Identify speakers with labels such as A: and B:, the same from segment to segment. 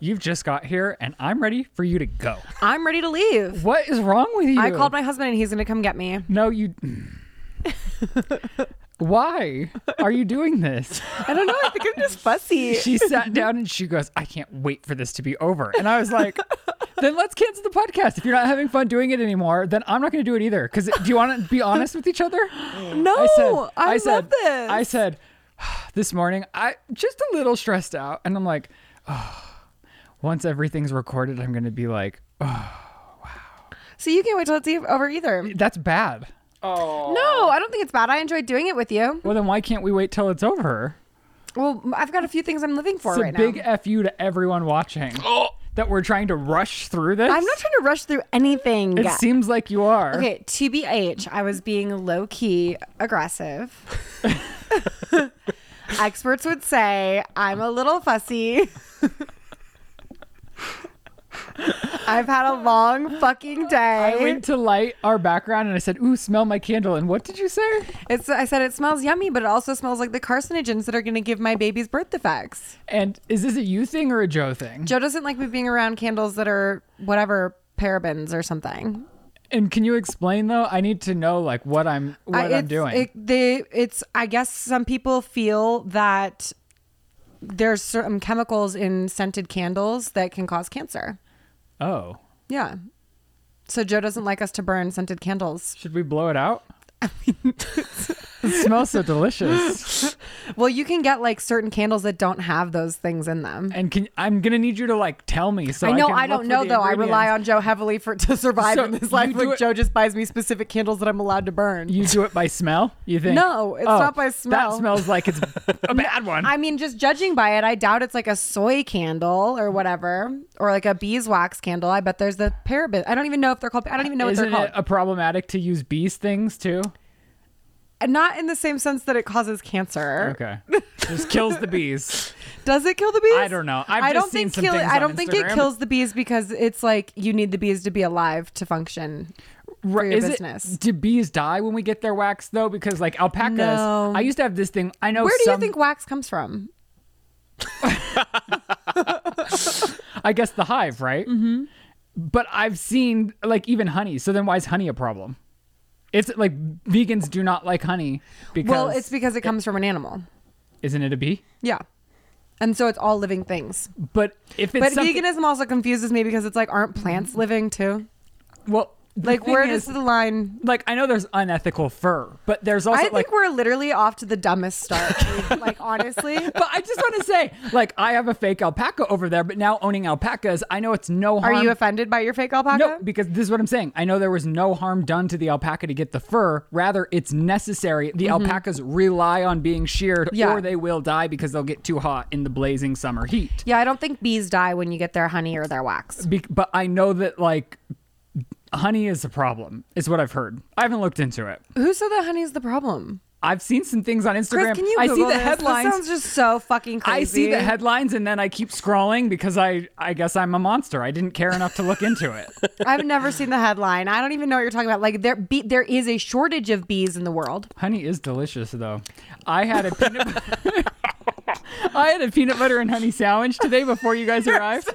A: You've just got here and I'm ready for you to go.
B: I'm ready to leave.
A: What is wrong with you?
B: I called my husband and he's going to come get me.
A: No, you. Why are you doing this?
B: I don't know. I think I'm just fussy.
A: She sat down and she goes, I can't wait for this to be over. And I was like, then let's cancel the podcast. If you're not having fun doing it anymore, then I'm not going to do it either. Because do you want to be honest with each other?
B: No, Oh, I,
A: said,
B: love this.
A: I said, this morning, I just a little stressed out. And I'm like, oh, once everything's recorded, I'm going to be like,
B: so you can't wait till it's e- over either.
A: that's bad.
B: No, I don't think it's bad. I enjoyed doing it with you.
A: Well, then why can't we wait till it's over?
B: Well, m- I've got a few things I'm living for
A: It's a
B: right
A: big
B: now.
A: fu to everyone watching that we're trying to rush through this.
B: I'm not trying to rush through anything.
A: It seems like you are.
B: okay, TBH, I was being low key aggressive. Experts would say I'm a little fussy. I've had a long fucking day.
A: I went to light our background and I said, "Ooh, smell my candle." And what did you say?
B: It's, I said it smells yummy, but it also smells like the carcinogens that are going to give my baby's birth defects.
A: And is this a you thing or a Joe thing?
B: Joe doesn't like me being around candles that are whatever parabens or something.
A: and can you explain though? I need to know like what I'm what
B: I,
A: I, am
B: it's-
A: doing.
B: It, they, it's I guess some people feel that there's certain chemicals in scented candles that can cause cancer.
A: oh,
B: Yeah. So Joe doesn't like us to burn scented candles.
A: should we blow it out? I mean, it smells so delicious.
B: Well, you can get like certain candles that don't have those things in them.
A: And can I'm gonna need you to like tell me so
B: I
A: I
B: know
A: can
B: I
A: look
B: don't
A: for
B: know
A: the
B: though. I rely
A: ingredients.
B: on Joe heavily for to survive
A: So
B: in
A: you
B: this life.
A: do
B: Like
A: it-
B: Joe just buys me specific candles that I'm allowed to burn.
A: You do it by smell? You think? Oh,
B: No, it's not by smell.
A: That smells like it's a bad one.
B: I mean, just judging by it, I doubt it's like a soy candle or whatever, or like a beeswax candle. I bet there's the paraben. I don't even know if they're called. I don't even know what
A: Isn't
B: they're
A: it
B: called.
A: a problematic to use bees things too?
B: And Not in the same sense that it causes cancer.
A: Okay, just kills the bees.
B: Does it kill the bees?
A: I don't know. I've
B: I
A: just
B: don't think
A: seen some
B: kill.
A: things
B: I
A: on
B: don't think it
A: Instagram.
B: kills the bees because it's like you need the bees to be alive to function.
A: Right,
B: your
A: is
B: business.
A: It, do bees die when we get their wax though? Because like alpacas,
B: No.
A: I used to have this thing. I know.
B: Where do
A: some,
B: you think wax comes from?
A: I guess the hive, right? Mm-hmm. But I've seen like even honey. So then why is honey a problem? It's like vegans do not like honey because
B: Well, it's because it comes from an animal.
A: isn't it a bee?
B: Yeah. And so it's all living things.
A: But if it's
B: But
A: something,
B: veganism also confuses me because it's like, aren't plants living too?
A: well, the
B: Like,
A: thing
B: where
A: is,
B: does the line?
A: like I know there's unethical fur, but there's also
B: I
A: like
B: think we're literally off to the dumbest start. like, honestly.
A: but I just want to say, like, I have a fake alpaca over there, but now owning alpacas, I know it's no harm.
B: Are you offended by your fake alpaca?
A: No, because this is what I'm saying. I know there was no harm done to the alpaca to get the fur. Rather, it's necessary. The alpacas rely on being sheared,
B: Mm-hmm. Yeah.
A: or they will die because they'll get too hot in the blazing summer heat.
B: Yeah, I don't think bees die when you get their honey or their wax.
A: Be- but I know that, like, honey is a problem, is what I've heard. I haven't looked into it.
B: Who said that honey is the problem?
A: I've seen some things on Instagram.
B: Chris, can you
A: I see
B: Google
A: the
B: this?
A: headlines.
B: This sounds just so fucking crazy.
A: I see the headlines and then I keep scrolling because I I guess I'm a monster. I didn't care enough to look into it.
B: I've never seen the headline. I don't even know what you're talking about. Like there, be- there is a shortage of bees in the world.
A: Honey is delicious though. I had a peanut I had a peanut butter and honey sandwich today before you guys arrived.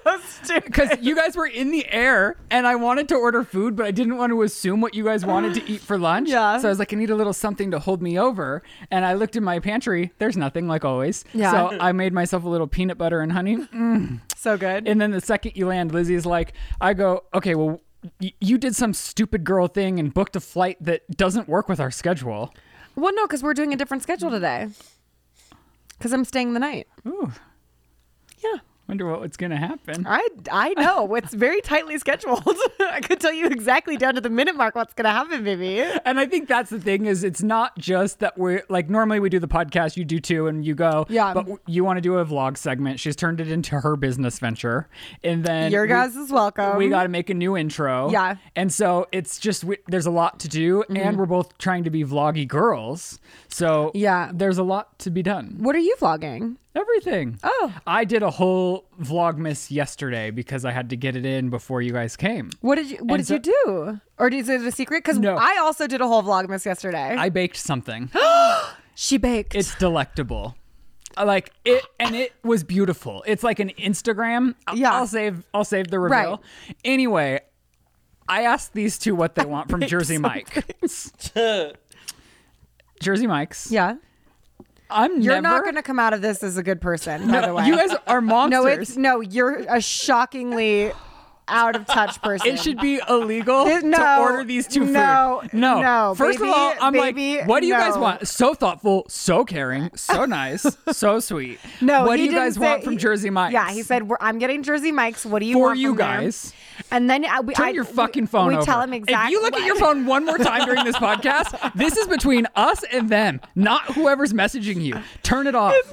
A: Because you guys were in the air and I wanted to order food, but I didn't want to assume what you guys wanted to eat for lunch.
B: Yeah.
A: So I was like, I need a little something to hold me over. And I looked in my pantry. There's nothing, like always.
B: Yeah.
A: So I made myself a little peanut butter and honey.
B: So good.
A: And then the second you land, Lizzie's like, I go, okay, well, y- you did some stupid girl thing and booked a flight that doesn't work with our schedule.
B: Well, no, because we're doing a different schedule today. Because I'm staying the night.
A: Ooh,
B: Yeah.
A: wonder what- what's going to happen.
B: I, I know it's very tightly scheduled. I could tell you exactly down to the minute mark what's going to happen, baby.
A: And I think that's the thing is it's not just that we're like normally we do the podcast, you do too, and you go,
B: Yeah.
A: But w- you want to do a vlog segment. She's turned it into her business venture, and then
B: Your
A: we-
B: guys is welcome.
A: We got to make a new intro.
B: Yeah. Mm-hmm.
A: And so it's just, we, there's a lot to do, and we're both trying to be vloggy girls. So,
B: Yeah.
A: there's a lot to be done.
B: What are you vlogging?
A: Everything.
B: Oh.
A: I did a whole Vlogmas yesterday because I had to get it in before you guys came.
B: What did you What
A: And
B: did you do? Or is it a secret? Because
A: No.
B: I also did a whole vlogmas yesterday.
A: I baked something.
B: she baked.
A: It's delectable. like it, and it was beautiful. It's like an Instagram. I'll-
B: Yeah.
A: I'll save. I'll save the reveal.
B: Right.
A: Anyway, I asked these two what they want from Jersey Mike. Jersey Mike's.
B: Yeah.
A: I'm
B: You're
A: never-
B: not going to come out of this as a good person, by the way.
A: You guys are monsters.
B: no, it's no. You're a shockingly out of touch person.
A: It should be illegal
B: It-
A: to
B: no,
A: order these two
B: no,
A: food. No,
B: no,
A: First
B: baby,
A: of all, I'm
B: baby,
A: like, what do you guys
B: no.
A: want? So thoughtful, so caring, so nice, so sweet.
B: No,
A: what do
B: he
A: you guys
B: didn't say-
A: want from
B: he-
A: Jersey Mike's?
B: Yeah, he said, We're, "I'm getting Jersey Mike's. What do you
A: For
B: want
A: you
B: from there?"
A: guys.
B: And then I, we,
A: Turn
B: I-
A: your
B: we-
A: fucking phone
B: We
A: over.
B: tell him exactly.
A: If you look at your phone one more time during this podcast, this is between us and them, not whoever's messaging you. Turn it off.
B: my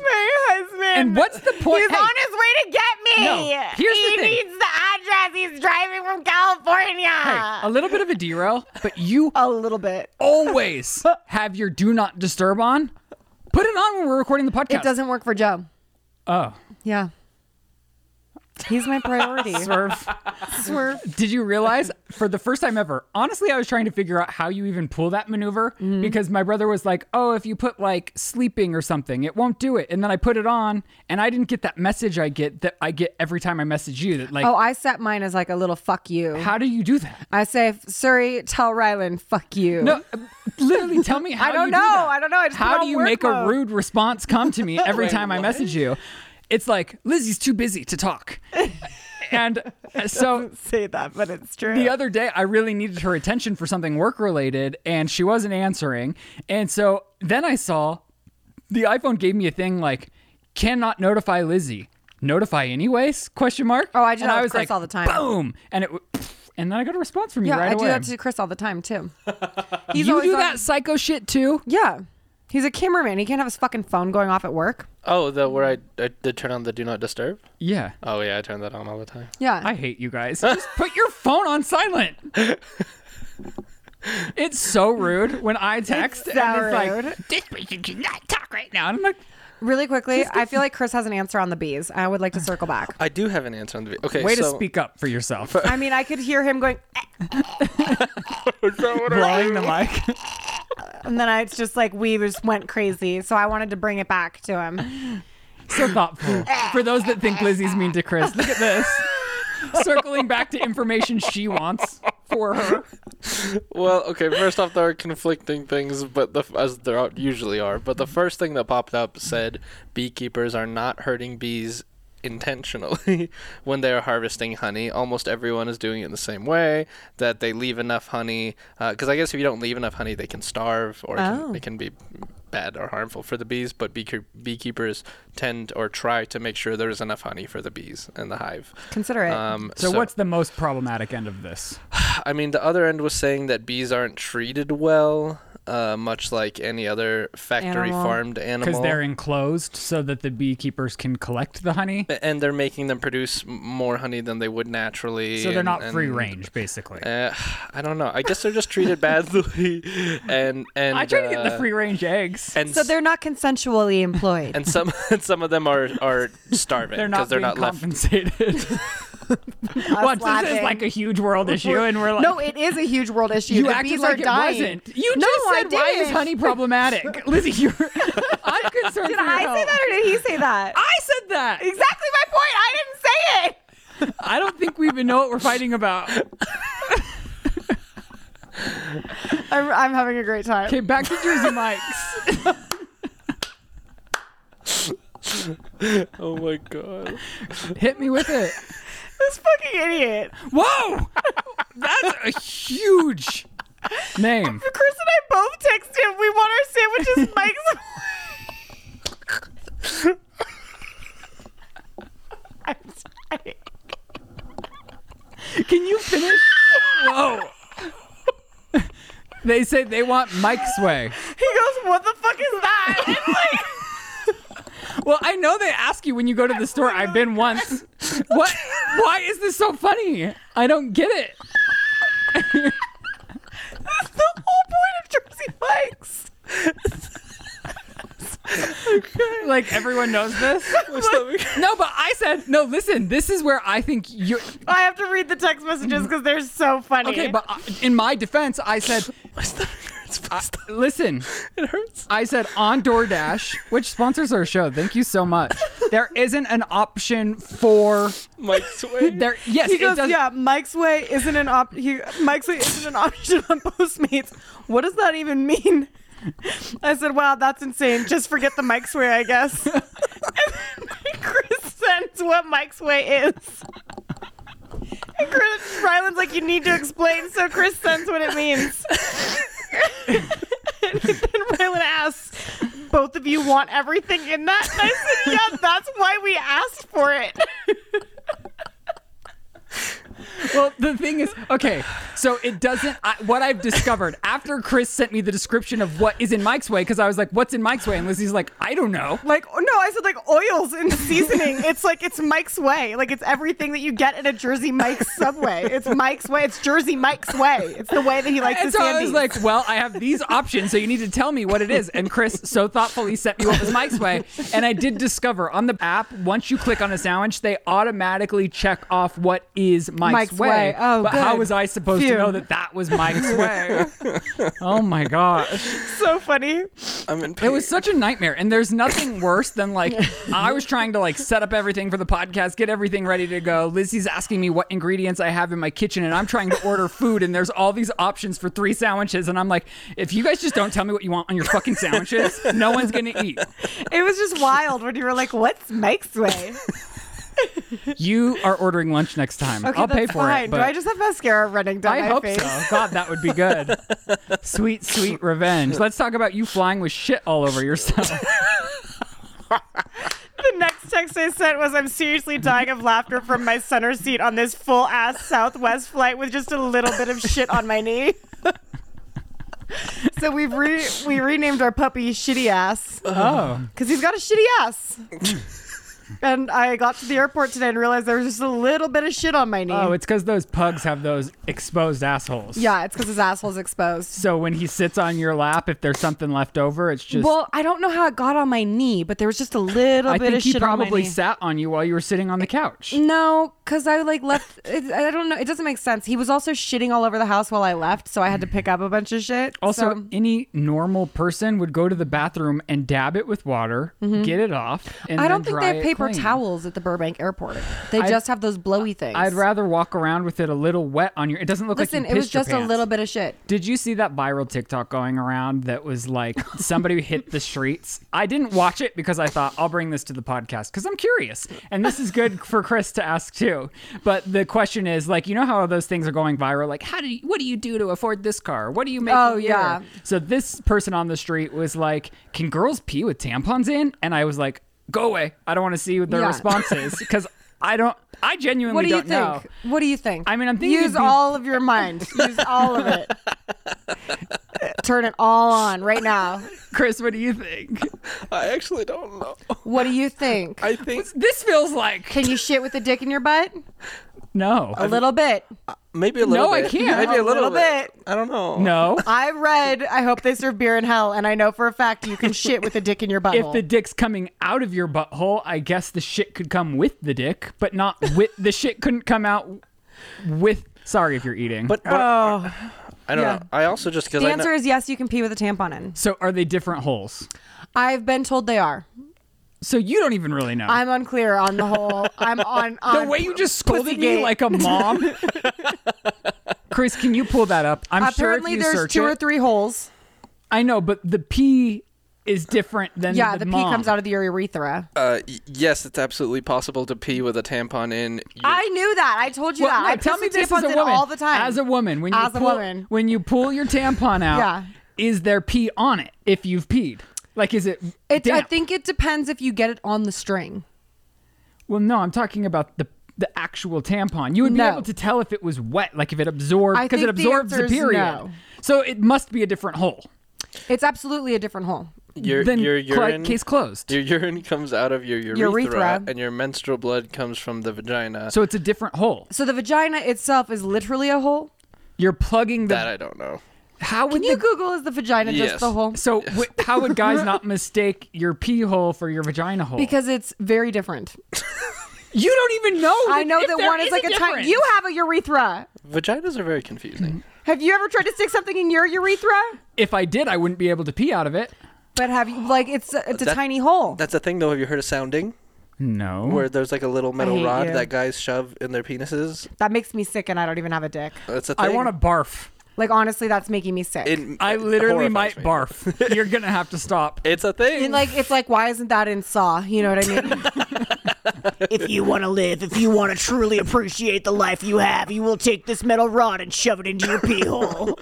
B: husband.
A: And what's the point-
B: He's
A: Hey.
B: on his way to get me.
A: No, here's
B: he
A: the thing.
B: needs the address. He's driving from California.
A: Hey, a little bit of a derail, but you
B: a little bit.
A: always have your do not disturb on. Put it on when we're recording the podcast.
B: It doesn't work for Joe.
A: Oh,
B: Yeah. He's my priority.
A: swerve.
B: Swerve.
A: Did you realize for the first time ever? Honestly, I was trying to figure out how you even pull that maneuver
B: Mm-hmm.
A: because my brother was like, "Oh, if you put like sleeping or something, it won't do it." And then I put it on, and I didn't get that message I get that I get every time I message you that like,
B: Oh, I set mine as like a little fuck you.
A: "How do you do that?"
B: I say, Surrey, tell Rylan, fuck you.
A: No, literally, tell me how.
B: I don't
A: you do
B: know.
A: that.
B: I don't know. I just
A: how
B: put
A: do
B: on
A: you
B: work
A: make a
B: mode.
A: rude response come to me every
C: Wait,
A: time I
C: what?
A: message you? It's like Lizzie's too busy to talk, and uh, so
B: say that, but it's true.
A: the other day I really needed her attention for something work related and she wasn't answering. And so then I saw the iPhone gave me a thing like cannot notify Lizzie. Notify anyways? Question mark.
B: Oh, I do
A: and
B: that
A: I
B: with
A: was
B: Chris
A: like,
B: all the time.
A: Boom, and it, w- and then I got a response from
B: yeah,
A: you right
B: I
A: away.
B: do that to Chris all the time too. He's
A: you
B: always
A: do
B: on-
A: that psycho shit too.
B: Yeah. He's a cameraman. He can't have his fucking phone going off at work.
C: Oh, the where I, I did turn on the do not disturb.
A: Yeah,
C: Oh yeah, I turn that on all the time.
B: Yeah.
A: I hate you guys. Just put your phone on silent. It's so rude when I text
B: so
A: and it's
B: rude.
A: like this person cannot talk right now, and I'm like,
B: really quickly, I feel like Chris has an answer on the bees. I would like to circle back.
C: I do have an answer on the video. Okay,
A: way
C: so,
A: to speak up for yourself.
B: I mean, I could hear him going, "Eh,"
A: blowing the mic.
B: and then I, it's just like we just went crazy. So I wanted to bring it back to him.
A: so thoughtful. For those that think Lizzie's mean to Chris, look at this. Circling back to information she wants for her.
C: Well, okay. First off, there are conflicting things, but the as there are, usually are. But the first thing that popped up said beekeepers are not hurting bees intentionally when they are harvesting honey. Almost everyone is doing it the same way. That they leave enough honey, because I guess if you don't leave enough honey, they can starve or it
B: Oh.
C: can, it can be bad or harmful for the bees. But beekeep beekeepers tend or try to make sure there is enough honey for the bees in the hive.
B: Consider it.
C: Um,
A: So, what's the most problematic end of this?
C: I mean, the other end was saying that bees aren't treated well, uh, much like any other factory
B: Animal.
C: farmed
A: Because
C: animal.
A: they're enclosed so that the beekeepers can collect the honey.
C: and they're making them produce m- more honey than they would naturally.
A: So they're
C: and-
A: not free
C: and,
A: range, basically.
C: Uh, I don't know. I guess they're just treated badly, and and
A: I try to get the
C: uh,
A: free range eggs.
C: And
B: so
C: s-
B: they're not consensually employed.
C: and some and some of them are are starving
A: They're
C: because
A: not
C: they're
A: being
C: not left.
A: compensated. Watch, this is
B: laughing.
A: like a huge world issue, and we're like,
B: no, it is a huge world issue.
A: You
B: the
A: acted
B: bees
A: like
B: are
A: it
B: dying.
A: wasn't. You
B: No,
A: just
B: I
A: said why is
B: didn't."
A: honey problematic, Lizzie? You're, I'm concerned.
B: Did
A: for your
B: I say
A: health.
B: that or did he say that?
A: I said that.
B: exactly my point. I didn't say it.
A: I don't think we even know what we're fighting about.
B: I'm, I'm having a great time.
A: Okay, back to Jersey Mike's.
C: Oh my god!
A: Hit me with it.
B: This fucking idiot.
A: Whoa, that's a huge name.
B: Chris and I both texted him. We want our sandwiches, Mike's. I'm sorry.
A: Can you finish? Whoa. They say they want Mike's way.
B: He goes, "What the fuck is that?" And like,
A: Well, I know they ask you when you go
B: Oh
A: to the store. I've been once. What? Why is this so funny? I don't get it.
B: that's the whole point of Jersey Mike's.
A: Like everyone knows this.
C: My stomach.
A: No, but I said no. Listen, this is where I think you.
B: I have to read the text messages because they're so funny.
A: Okay, but I- in my defense, I said
C: It's pissed off.
A: Listen,
C: It hurts.
A: I said on DoorDash, which sponsors our show. Thank you so much. There isn't an option for
C: Mike's way.
A: there. Yes,
B: He
A: it
B: goes,
A: does-
B: yeah. Mike's way isn't an op. He, Mike's way isn't an option on Postmates. What does that even mean? I said, wow, that's insane. Just forget the Mike's way, I guess. and then Chris sends what Mike's way is. And Chris Ryland's like, you need to explain. So Chris sends what it means. and then Ryland asks, both of you want everything in that? And I said, yeah, that's why we asked for it.
A: Well, the thing is, okay, so it doesn't. I, what I've discovered after Chris sent me the description of what is in Mike's way, because I was like, "What's in Mike's way?" and Lizzie's like, "I don't know."
B: Like oh, no, I said like oils and seasoning. it's like it's Mike's way. Like it's everything that you get at a Jersey Mike's Subway. It's Mike's way. It's Jersey Mike's way. It's the way that he likes
A: And
B: his
A: so I was
B: sandies.
A: like, "Well, I have these options, so you need to tell me what it is." And Chris so thoughtfully sent me what was Mike's way, and I did discover on the app once you click on a sandwich, they automatically check off what is Mike's,
B: Mike's way. Oh,
A: but how
B: good.
A: was I supposed
B: Phew.
A: to know that that was Mike's way? oh my gosh.
B: so funny.
C: I'm in pain.
A: It was such a nightmare, and there's nothing worse than like I was trying to like set up everything for the podcast, get everything ready to go. Lizzie's asking me what ingredients I have in my kitchen, and I'm trying to order food, and there's all these options for three sandwiches, and I'm like, if you guys just don't tell me what you want on your fucking sandwiches, no one's gonna eat.
B: It was just wild when you were like, "What's Mike's way?"
A: You are ordering lunch next time.
B: Okay,
A: I'll
B: that's
A: pay for
B: fine.
A: it. But
B: Do I just have mascara running down
A: I
B: my
A: hope
B: face?
A: so. God, that would be good. sweet, sweet revenge. Let's talk about you flying with shit all over yourself.
B: The next text I sent was, "I'm seriously dying of laughter from my center seat on this full ass Southwest flight with just a little bit of shit on my knee." so we've re- we renamed our puppy Shitty Ass.
A: Oh.
B: because he's got a shitty ass. and I got to the airport today and realized there was just a little bit of shit on my knee.
A: Oh, it's because those pugs have those exposed assholes.
B: yeah, it's because his asshole's exposed.
A: So when he sits on your lap, if there's something left over, it's just.
B: Well, I don't know how it got on my knee, but there was just a little
A: I
B: bit
A: think
B: of
A: he
B: shit on my
A: probably
B: knee.
A: sat on you while you were sitting on the couch.
B: no, because I like left. It, I don't know. It doesn't make sense. He was also shitting all over the house while I left, so I had to pick up a bunch of shit.
A: Also,
B: so-
A: any normal person would go to the bathroom and dab it with water, get it off. And
B: Mm-hmm. I
A: then
B: don't think
A: dry
B: they
A: it
B: have paper
A: clean.
B: towels at the Burbank airport. They just have those blowy things.
A: I'd rather walk around with it a little wet on your. It doesn't look
B: listen.
A: like you
B: it was
A: pissed your
B: just a
A: pants.
B: little bit of shit.
A: Did you see that viral TikTok going around that was like somebody hit the streets? I didn't watch it because I thought I'll bring this to the podcast because I'm curious. And this is good for Chris to ask too. But the question is like, you know how those things are going viral? Like, how do you, what do you do to afford this car? What do you make?
B: Oh,
A: a year?
B: yeah.
A: So this person on the street was like, can girls pee with tampons in? And I was like, go away. I don't want to see what their
B: Yeah.
A: responses because I don't, I genuinely
B: What do you
A: not
B: think?
A: know.
B: What do you think?
A: I mean, I'm thinking
B: Use
A: it'd be-
B: all of your mind. Use all of it. Turn it all on right now.
A: Chris, what do you think?
C: I actually don't know.
B: What do you think?
C: I think
A: This feels like
B: Can you shit with a dick in your butt?
A: no.
B: A little bit.
C: maybe a little
A: No, I
C: bit.
A: can't.
C: Maybe a
B: A little
C: little, bit. I don't know.
A: No.
B: I read. I hope they serve beer in hell, and I know for a fact you can shit with a dick in your butt.
A: If the dick's coming out of your butthole, I guess the shit could come with the dick, but not with the shit couldn't come out with. Sorry if you're eating.
C: But, but
B: oh,
C: I don't
B: yeah.
C: know. I also just because
B: the
C: I know.
B: answer is yes. You can pee with a tampon in.
A: so are they different holes?
B: I've been told they are.
A: So you don't even really know.
B: I'm unclear on the whole. I'm on.
A: the
B: on
A: way you just scolded me
B: Pussygate.
A: like a mom. Chris, can you pull that up? I'm sure
B: Apparently,
A: if you
B: there's
A: search
B: two or
A: it-
B: three holes.
A: I know, but the pee is different than
B: Yeah,
A: the,
B: the pee
A: mom.
B: comes out of the urethra.
C: Uh, y- yes, it's absolutely possible to pee with a tampon in. Your-
B: I knew that. I told you
A: Well,
B: that.
A: no,
B: I
A: tell
B: pissed
A: me
B: the
A: this as a
B: tampons in
A: woman.
B: all the time.
A: As a woman, when you
B: As a
A: pull,
B: woman.
A: when you pull your tampon out,
B: Yeah.
A: is there pee on it if you've peed? Like, is it?
B: It, I
A: damp?
B: think it depends if you get it on the string.
A: Well, no, I'm talking about the the actual tampon. You would
B: No.
A: be able to tell if it was wet, like if it absorbed,
B: I
A: because it
B: think the
A: absorbs the,
B: answer is
A: period.
B: no.
A: So it must be a different hole.
B: It's absolutely a different hole.
C: your
A: then
C: your
A: cli-
C: urine
A: case closed.
C: Your urine comes out of your urethra,
B: Urethra.
C: and your menstrual blood comes from the vagina.
A: So it's a different hole.
B: So the vagina itself is literally a hole.
A: You're plugging the.
C: that I don't know.
A: how would
B: Can you
A: the-
B: Google is the vagina
C: Yes.
B: just the hole?
A: So w- how would guys not mistake your pee hole for your vagina hole?
B: Because it's very different.
A: you don't even know.
B: I know
A: if
B: that
A: there
B: one is like
A: a
B: a tiny.
A: difference.
B: You have a urethra.
C: Vaginas are very confusing.
A: Mm-hmm.
B: Have you ever tried to stick something in your urethra?
A: If I did, I wouldn't be able to pee out of it.
B: But have you like it's a, it's a
C: That-
B: tiny hole.
C: That's the thing, though. Have you heard of sounding?
A: No.
C: Where there's like a little metal
B: hate
C: rod
B: you.
C: that guys shove in their penises.
B: That makes me sick, and I don't even have a dick.
C: That's a thing.
A: I want to barf.
B: Like honestly, that's making me sick.
C: It-
A: I
C: it
A: literally might
C: horrifies me.
A: barf. You're gonna have to stop.
C: It's a thing.
B: And, like it's like why isn't that in Saw? You know what I mean?
D: If you want to live, if you want to truly appreciate the life you have, you will take this metal rod and shove it into your pee hole.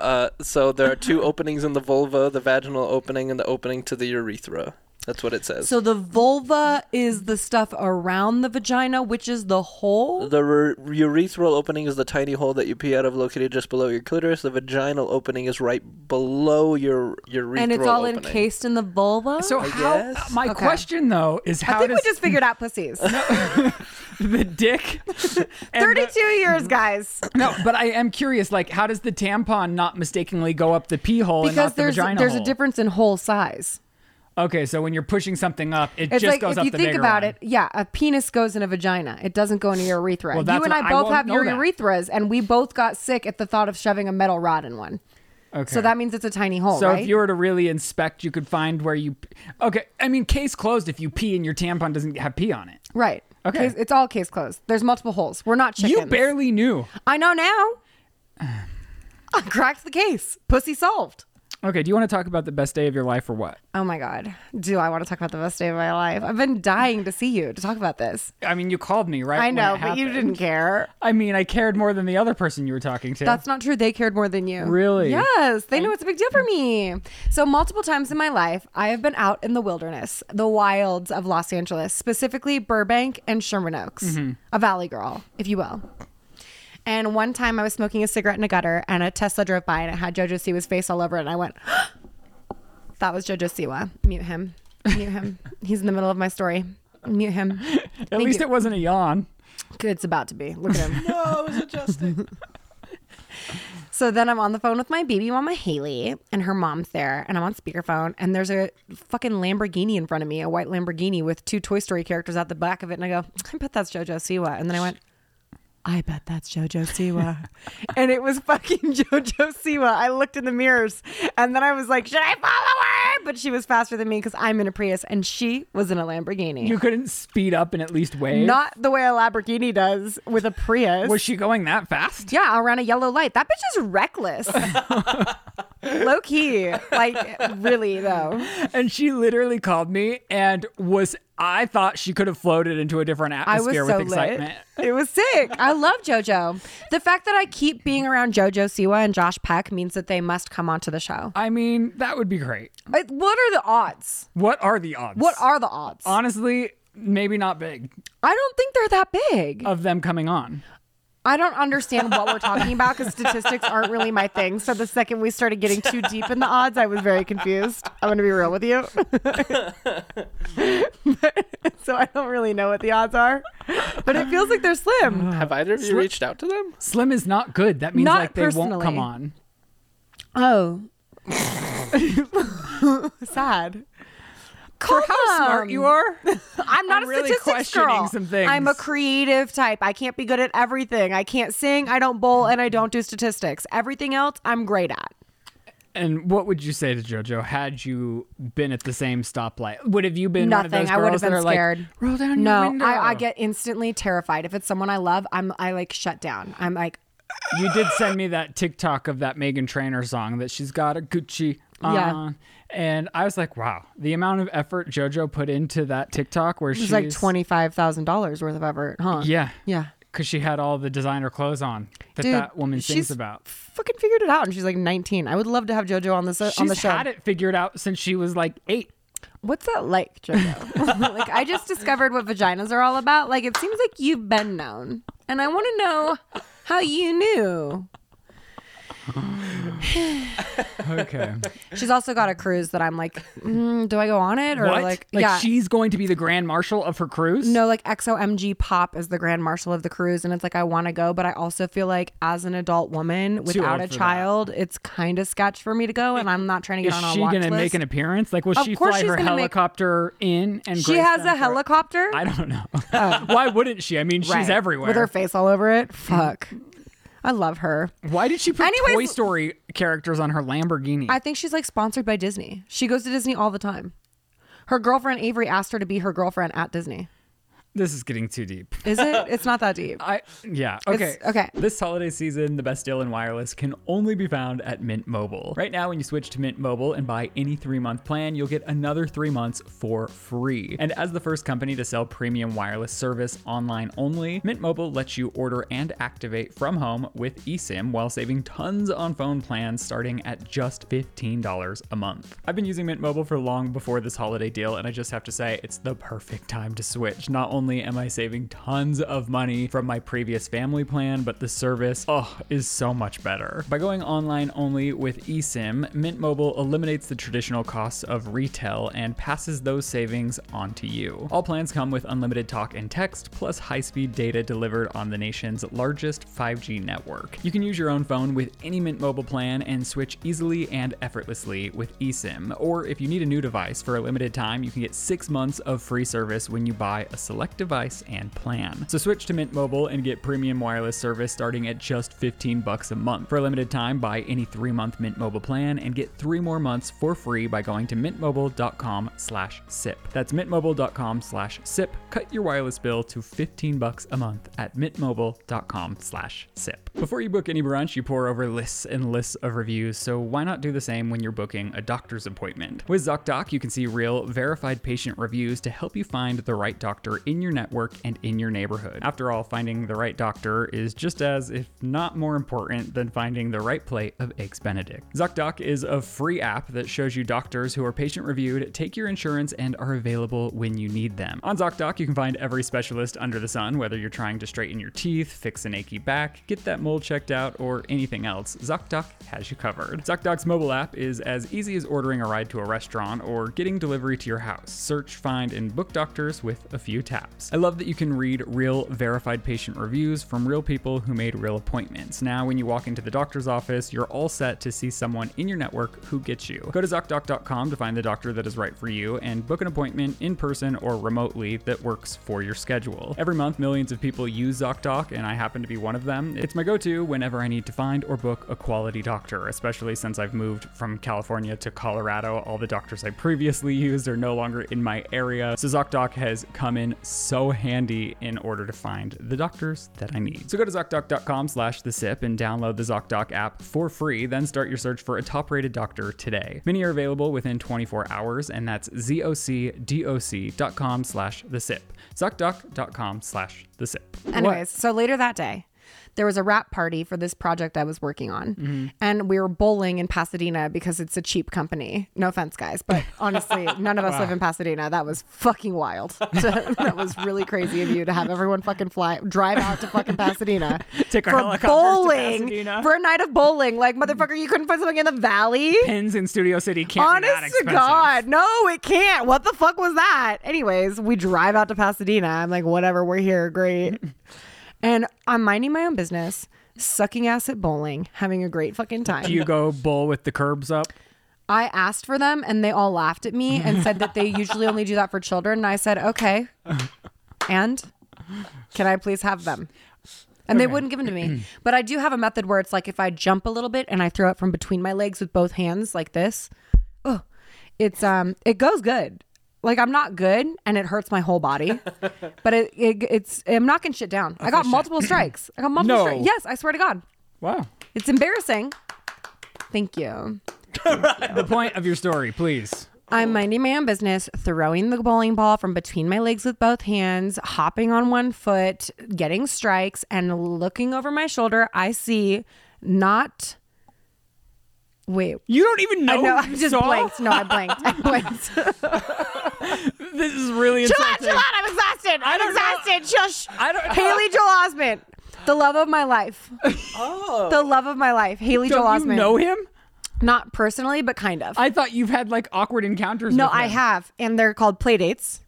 C: Uh, so there are two openings in the vulva: the vaginal opening and the opening to the urethra. That's what it says.
B: so the vulva is the stuff around the vagina, which is the hole.
C: the re- urethral opening is the tiny hole that you pee out of, located just below your clitoris. The vaginal opening is right below your urethral
B: and it's all
C: opening.
B: encased in the vulva.
A: So how?
C: guess.
A: My
B: Okay.
A: question though is
B: I
A: how
B: think
A: does
B: we just figured out pussies.
A: the dick? and the-
B: Thirty-two years, guys,
A: no, but I am curious. Like, how does the tampon not mistakenly go up the pee hole and
B: because
A: not the
B: there's
A: vagina
B: there's a
A: hole?
B: difference in hole size.
A: Okay, so when you're pushing something up, it
B: It's
A: just
B: like
A: goes
B: if
A: up
B: you
A: the
B: think
A: bigger
B: about
A: one.
B: it, yeah, a penis goes in a vagina. It doesn't go into your urethra.
A: Well,
B: you
A: that's
B: and
A: what-
B: I
A: I
B: both
A: won't
B: have
A: know
B: your
A: that.
B: urethras, and we both got sick at the thought of shoving a metal rod in one.
A: Okay.
B: So that means it's a tiny hole,
A: So
B: right?
A: if you were to really inspect, you could find where you. Okay, I mean, case closed. If you pee and your tampon doesn't have pee on it,
B: right.
A: Okay.
B: Case- it's all case closed. There's multiple holes. We're not chickens.
A: you barely knew.
B: I know now. I cracked the case. Pussy solved.
A: Okay, do you want to talk about the best day of your life or what?
B: Oh my god. Do I want to talk about the best day of my life? I've been dying to see you to talk about this.
A: I mean, you called me right.
B: I
A: when
B: know,
A: it
B: but you
A: happened.
B: didn't care.
A: I mean, I cared more than the other person you were talking to.
B: That's not true. They cared more than you.
A: Really?
B: Yes. They know it's a big deal for me. So, multiple times in my life, I have been out in the wilderness, the wilds of Los Angeles, specifically Burbank and Sherman Oaks, a valley girl, if you will. And one time I was smoking a cigarette in a gutter and a Tesla drove by and it had JoJo Siwa's face all over it. And I went, that was JoJo Siwa. Mute him. Mute him. He's in the middle of my story. Mute him.
A: At least it wasn't a yawn.
B: It's about to be. Look at him. no, I was adjusting. so then I'm on the phone with my baby mama Haley, and her mom's there, and I'm on speakerphone, and there's a fucking Lamborghini in front of me, a white Lamborghini with two Toy Story characters out the back of it, and I go, I bet that's JoJo Siwa, and then I went. I bet that's JoJo Siwa. and it was fucking JoJo Siwa. I looked in the mirrors and then I was like, should I follow her? But she was faster than me because I'm in a Prius and she was in a Lamborghini.
A: You couldn't speed up and at least wave.
B: Not the way a Lamborghini does with a Prius.
A: Was she going that fast?
B: Yeah, around a yellow light. That bitch is reckless. Low key. Like, really, though.
A: And she literally called me and was. I thought she could have floated into a different
B: I was
A: atmosphere
B: so
A: with excitement.
B: lit. It was sick. I love JoJo. The fact that I keep being around JoJo Siwa and Josh Peck means that they must come onto the show.
A: I mean, that would be great.
B: Like, what are the odds?
A: What are the odds?
B: What are the odds?
A: honestly maybe not big
B: I don't think they're that big.
A: of them coming on.
B: I don't understand what we're talking about because statistics aren't really my thing. So the second we started getting too deep in the odds, I was very confused. I'm going to be real with you. But- so I don't really know what the odds are, but it feels like they're slim.
C: Have either of you reached out to them?
A: Slim is not good. That means
B: Not
A: like they won't
B: personally.
A: come on.
B: Oh. Sad. Call
A: How smart you are.
B: I'm not
A: I'm
B: a
A: really
B: statistics
A: questioning
B: girl.
A: some things.
B: I'm a creative type. I can't be good at everything. I can't sing, I don't bowl, and I don't do statistics. Everything else, I'm great at.
A: And what would you say to JoJo had you been at the same stoplight? Would have you been one of
B: Nothing.
A: those
B: I would
A: girls
B: have
A: that
B: been
A: are like,
B: scared.
A: roll down your
B: No,
A: window?
B: I, I get instantly terrified. If it's someone I love, I'm I like shut down. I'm like,
A: You did send me that TikTok of that Megan Trainor song that she's got a Gucci on.
B: Yeah.
A: And I was like, wow, the amount of effort JoJo put into that TikTok where she's
B: it's like twenty five thousand dollars worth of effort, huh?
A: Yeah.
B: yeah.
A: Because she had all the designer clothes on that
B: Dude,
A: that woman sings
B: she's
A: about.
B: Fucking figured it out, and she's like nineteen. I would love to have JoJo on this on the
A: She's
B: show.
A: had it figured out since she was like eight.
B: What's that like, JoJo? like I just discovered what vaginas are all about. Like it seems like you've been known, and I want to know how you knew.
A: Okay.
B: She's also got a cruise that I'm like, mm, do I go on it or
A: what?
B: like, yeah.
A: she's going to be the grand marshal of her cruise?
B: No, like XOMG Pop is the grand marshal of the cruise, and it's like I want to go, but I also feel like as an adult woman
A: old
B: without a
A: for that.
B: child, it's kind of sketch for me to go, and I'm not trying to
A: Is
B: get on
A: she
B: a watch
A: gonna
B: list.
A: make an appearance? Like, will
B: Of
A: she
B: course
A: fly
B: she's
A: her
B: gonna make-
A: helicopter in? And
B: she
A: grace
B: has
A: them
B: a
A: for-
B: helicopter.
A: I don't know. Why wouldn't she? I mean, she's
B: Right.
A: everywhere. Mm-hmm.
B: with her face all over it. Fuck.
E: I love her.
A: Why did she put
B: Anyways-
A: Toy Story characters on her Lamborghini?
B: I think she's like sponsored by Disney. She goes to Disney all the time. Her girlfriend Avery asked her to be her girlfriend at Disney.
A: this is getting too deep.
B: Is it? it's not that deep.
A: I yeah okay
B: It's- okay.
A: This holiday season, the best deal in wireless can only be found at Mint Mobile. Right now, when you switch to Mint Mobile and buy any three-month plan, you'll get another three months for free. And as the first company to sell premium wireless service online only, Mint Mobile lets you order and activate from home with eSIM while saving tons on phone plans starting at just $15 a month. I've been using Mint Mobile for long before this holiday deal, and I just have to say it's the perfect time to switch. Not only am I saving tons of money from my previous family plan, but the service, oh, is so much better. By going online only with eSIM, Mint Mobile eliminates the traditional costs of retail and passes those savings on to you. All plans come with unlimited talk and text, plus high speed data delivered on the nation's largest 5G network. You can use your own phone with any Mint Mobile plan and switch easily and effortlessly with eSIM. Or if you need a new device for a limited time, you can get six months of free service when you buy a select device and plan. So switch to Mint Mobile and get premium wireless service starting at just 15 bucks a month. For a limited time, buy any three-month Mint Mobile plan and get three more months for free by going to mintmobile.com slash sip. That's mintmobile.com slash sip. Cut your wireless bill to 15 bucks a month at mintmobile.com slash sip. Before you book any brunch, you pour over lists and lists of reviews, so why not do the same when you're booking a doctor's appointment? With ZocDoc, you can see real, verified patient reviews to help you find the right doctor in your network and in your neighborhood. After all, finding the right doctor is just as, if not more important, than finding the right plate of Eggs Benedict. ZocDoc is a free app that shows you doctors who are patient reviewed, take your insurance, and are available when you need them. On ZocDoc, you can find every specialist under the sun, whether you're trying to straighten your teeth, fix an achy back, get that mold checked out, or anything else. ZocDoc has you covered. ZocDoc's mobile app is as easy as ordering a ride to a restaurant or getting delivery to your house. Search, find, and book doctors with a few taps. I love that you can read real, verified patient reviews from real people who made real appointments. Now, when you walk into the doctor's office, you're all set to see someone in your network who gets you. Go to ZocDoc.com to find the doctor that is right for you and book an appointment in person or remotely that works for your schedule. Every month, millions of people use ZocDoc, and I happen to be one of them. It's my go to whenever I need to find or book a quality doctor, especially since I've moved from California to Colorado. All the doctors I previously used are no longer in my area. So ZocDoc has come in so handy in order to find the doctors that I need. So go to ZocDoc.com slash the sip and download the ZocDoc app for free, then start your search for a top rated doctor today. Many are available within 24 hours, and that's ZocDoc.com slash the sip. ZocDoc.com slash the sip.
B: Anyways, so later that day, there was a rap party for this project I was working on.
A: Mm-hmm.
B: And we were bowling in Pasadena because it's a cheap company. No offense, guys, but honestly, none of us live in Pasadena. That was fucking wild. that was really crazy of you to have everyone fucking fly, drive out to fucking Pasadena.
A: Take our
B: for
A: helicopters to
B: bowling.
A: Pasadena.
B: For a night of bowling. Like, motherfucker, you couldn't find something in the valley?
A: Pins in Studio City can't be that
B: Honest to
A: expensive.
B: God, no, it can't. What the fuck was that? Anyways, we drive out to Pasadena. I'm like, whatever, we're here, great. and I'm minding my own business, sucking ass at bowling, having a great fucking time.
A: Do you go bull with the curbs up?
B: I asked for them, and they all laughed at me and said that they usually only do that for children. And I said, okay, and can I please have them? And they wouldn't give them to me. But I do have a method where it's like if I jump a little bit and I throw it from between my legs with both hands like this, oh, it's um, it goes good. Like I'm not good, and it hurts my whole body. But it, it it's I'm knocking shit down. I got multiple strikes. I got multiple
A: No.
B: strikes. Yes, I swear to God,
A: Wow.
B: it's embarrassing. Thank you.
A: The point of your story, please.
B: I'm minding my own business, throwing the bowling ball from between my legs with both hands, hopping on one foot, getting strikes, and looking over my shoulder. I see not. Wait.
A: You don't even know.
B: I know.
A: who
B: I
A: you
B: just
A: saw?
B: blanked. No, I blanked. I blanked. chill
A: This is really
B: out,
A: insulting.
B: chill out. I'm exhausted. I'm
A: don't know.
B: exhausted. Shush.
A: I don't.
B: Haley Joel Osment, the love of my life. Oh. The love of my life. Haley
A: Don't
B: Joel
A: you
B: Osment.
A: know him?
B: Not personally, but kind of.
A: I thought you've had like awkward encounters.
B: No,
A: with
B: I
A: him.
B: have, and they're called play dates.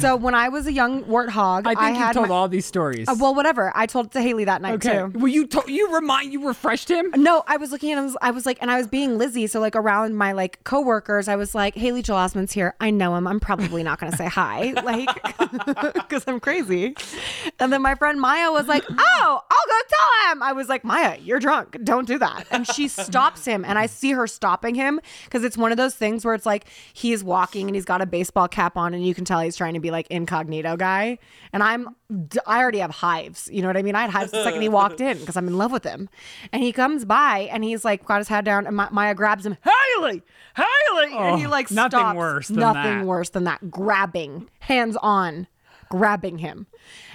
B: so when I was a young warthog,
A: I
B: I,
A: think
B: had
A: you've told
B: my-
A: all these stories.
B: well, whatever. I told it to Haley that night
A: okay.
B: too.
A: Well, you told you remind you refreshed him.
B: No, I was looking at him. I was like, and I was being Lizzie. So like around my like coworkers, I was like, Haley Joel Osment's here. I know him. I'm probably not going to say hi, like, because I'm crazy. And then my friend Maya was like, Oh, I'll go tell him. I was like, Maya, you're drunk. Don't do that. And she stops him. And I see her stopping him because it's one of those things where it's like he is walking and he's got a baseball cap on and you can tell he's trying to be like incognito guy. And I'm, I already have hives. You know what I mean? I had hives the second he walked in because I'm in love with him. And he comes by and he's like, got his head down. And Ma- Maya grabs him, Haley, Haley. and he
A: Oh,
B: like
A: nothing
B: stops.
A: worse than
B: nothing
A: that.
B: worse than that. Grabbing, hands on, grabbing him.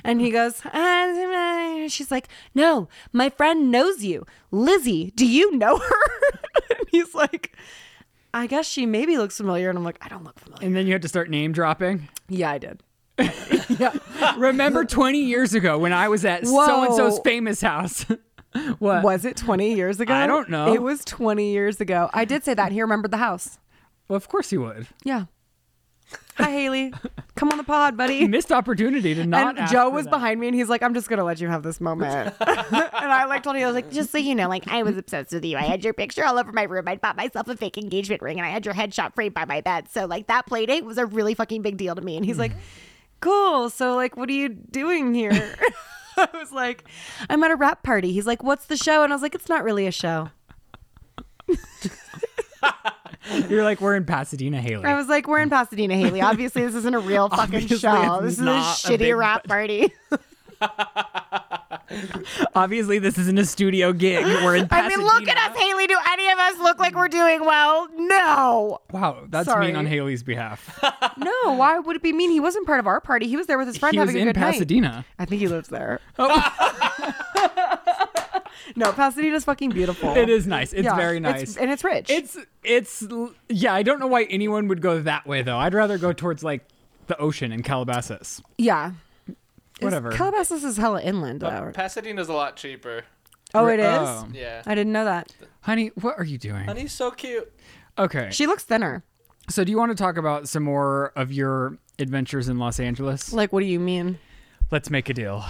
B: And he goes, "Ah," she's like, no, my friend knows you. Lizzie, do you know her? and he's like, I guess she maybe looks familiar. And I'm like, I don't look familiar.
A: And then you had to start name dropping.
B: Yeah, I did.
A: Remember 20 years ago when I was at
B: Whoa.
A: so and so's famous house? what?
B: Was it 20 years ago?
A: I don't know.
B: It was 20 years ago. I did say that. and He remembered the house.
A: Well, of course you would.
B: Yeah. Hi, Haley. Come on the pod, buddy.
A: Missed opportunity to not.
B: and
A: ask
B: Joe
A: for
B: was
A: that.
B: behind me, and he's like, "I'm just gonna let you have this moment." and I like told you, I was like,
F: Just so you know, like I was obsessed with you. I had your picture all over my room. I bought myself a fake engagement ring, and I had your headshot framed by my bed. So like that play date was a really fucking big deal to me. And he's like,
B: "Cool. So, like, what are you doing here?" I was like, "I'm at a rap party." He's like, "What's the show?" And I was like, "It's not really a show."
A: You're like, we're in Pasadena, Haley.
B: I was like, "We're in Pasadena, Haley. Obviously, this isn't a real fucking
A: Obviously,
B: show.
A: it's
B: This is a
A: not a
B: shitty
A: big
B: rap party."
A: Obviously, this isn't a studio gig. We're in
B: I
A: Pasadena.
B: mean, look at us, Haley. Do any of us look like we're doing well? No.
A: Wow, that's
B: Sorry.
A: mean on Haley's behalf.
B: No. Why would it be mean? He wasn't part of our party. He was there with his friend
A: he was
B: having a
A: in
B: good night.
A: Pasadena. Oh.
B: I think he lives there. no, Pasadena's fucking beautiful.
A: It is nice. It's
B: Yeah,
A: very nice.
B: and it's rich.
A: It's it's l- yeah. I don't know why anyone would go that way though. I'd rather go towards like the ocean in Calabasas.
B: yeah. It's-
A: Whatever.
B: Calabasas is hella inland though.
C: Pasadena's a lot cheaper.
B: Oh, it is.
A: Oh.
C: Yeah.
B: I didn't know that.
A: Honey, what are you doing?
C: Honey's so cute.
A: Okay.
B: She looks thinner.
A: So do you want to talk about some more of your adventures in Los Angeles?
B: Like, what do you mean?
A: Let's make a deal.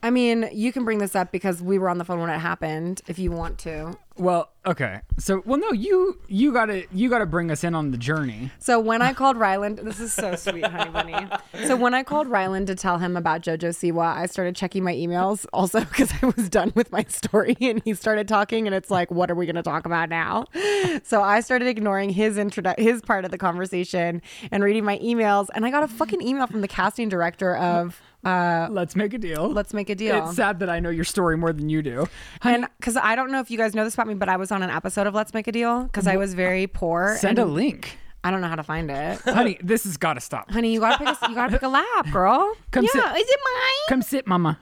B: I mean, you can bring this up because we were on the phone when it happened. If you want to.
A: Well, okay. So well no, you you got to you got to bring us in on the journey.
B: So when I called Ryland, this is so sweet, honey bunny. So when I called Ryland to tell him about JoJo Siwa, I started checking my emails also because I was done with my story and he started talking and it's like, what are we going to talk about now? So I started ignoring his introdu- his part of the conversation and reading my emails and I got a fucking email from the casting director of uh,
A: Let's make a deal.
B: Let's Make a Deal.
A: It's sad that I know your story more than you do.
B: And because I don't know if you guys know this about me, but I was on an episode of Let's Make a Deal because I was very poor.
A: Send a
B: and
A: link.
B: I don't know how to find it.
A: Honey, this has got to stop.
B: honey, you gotta pick a, you gotta pick a lap, girl.
A: Come sit.
B: yeah, is it mine?
A: Come sit, mama.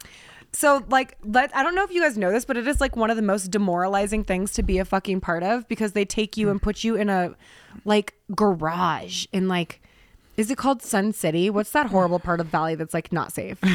B: So like, let, I don't know if you guys know this, but it is like one of the most demoralizing things to be a fucking part of because they take you and put you in a like garage in like. Is it called Sun City? What's that horrible part of Valley that's like not safe? Do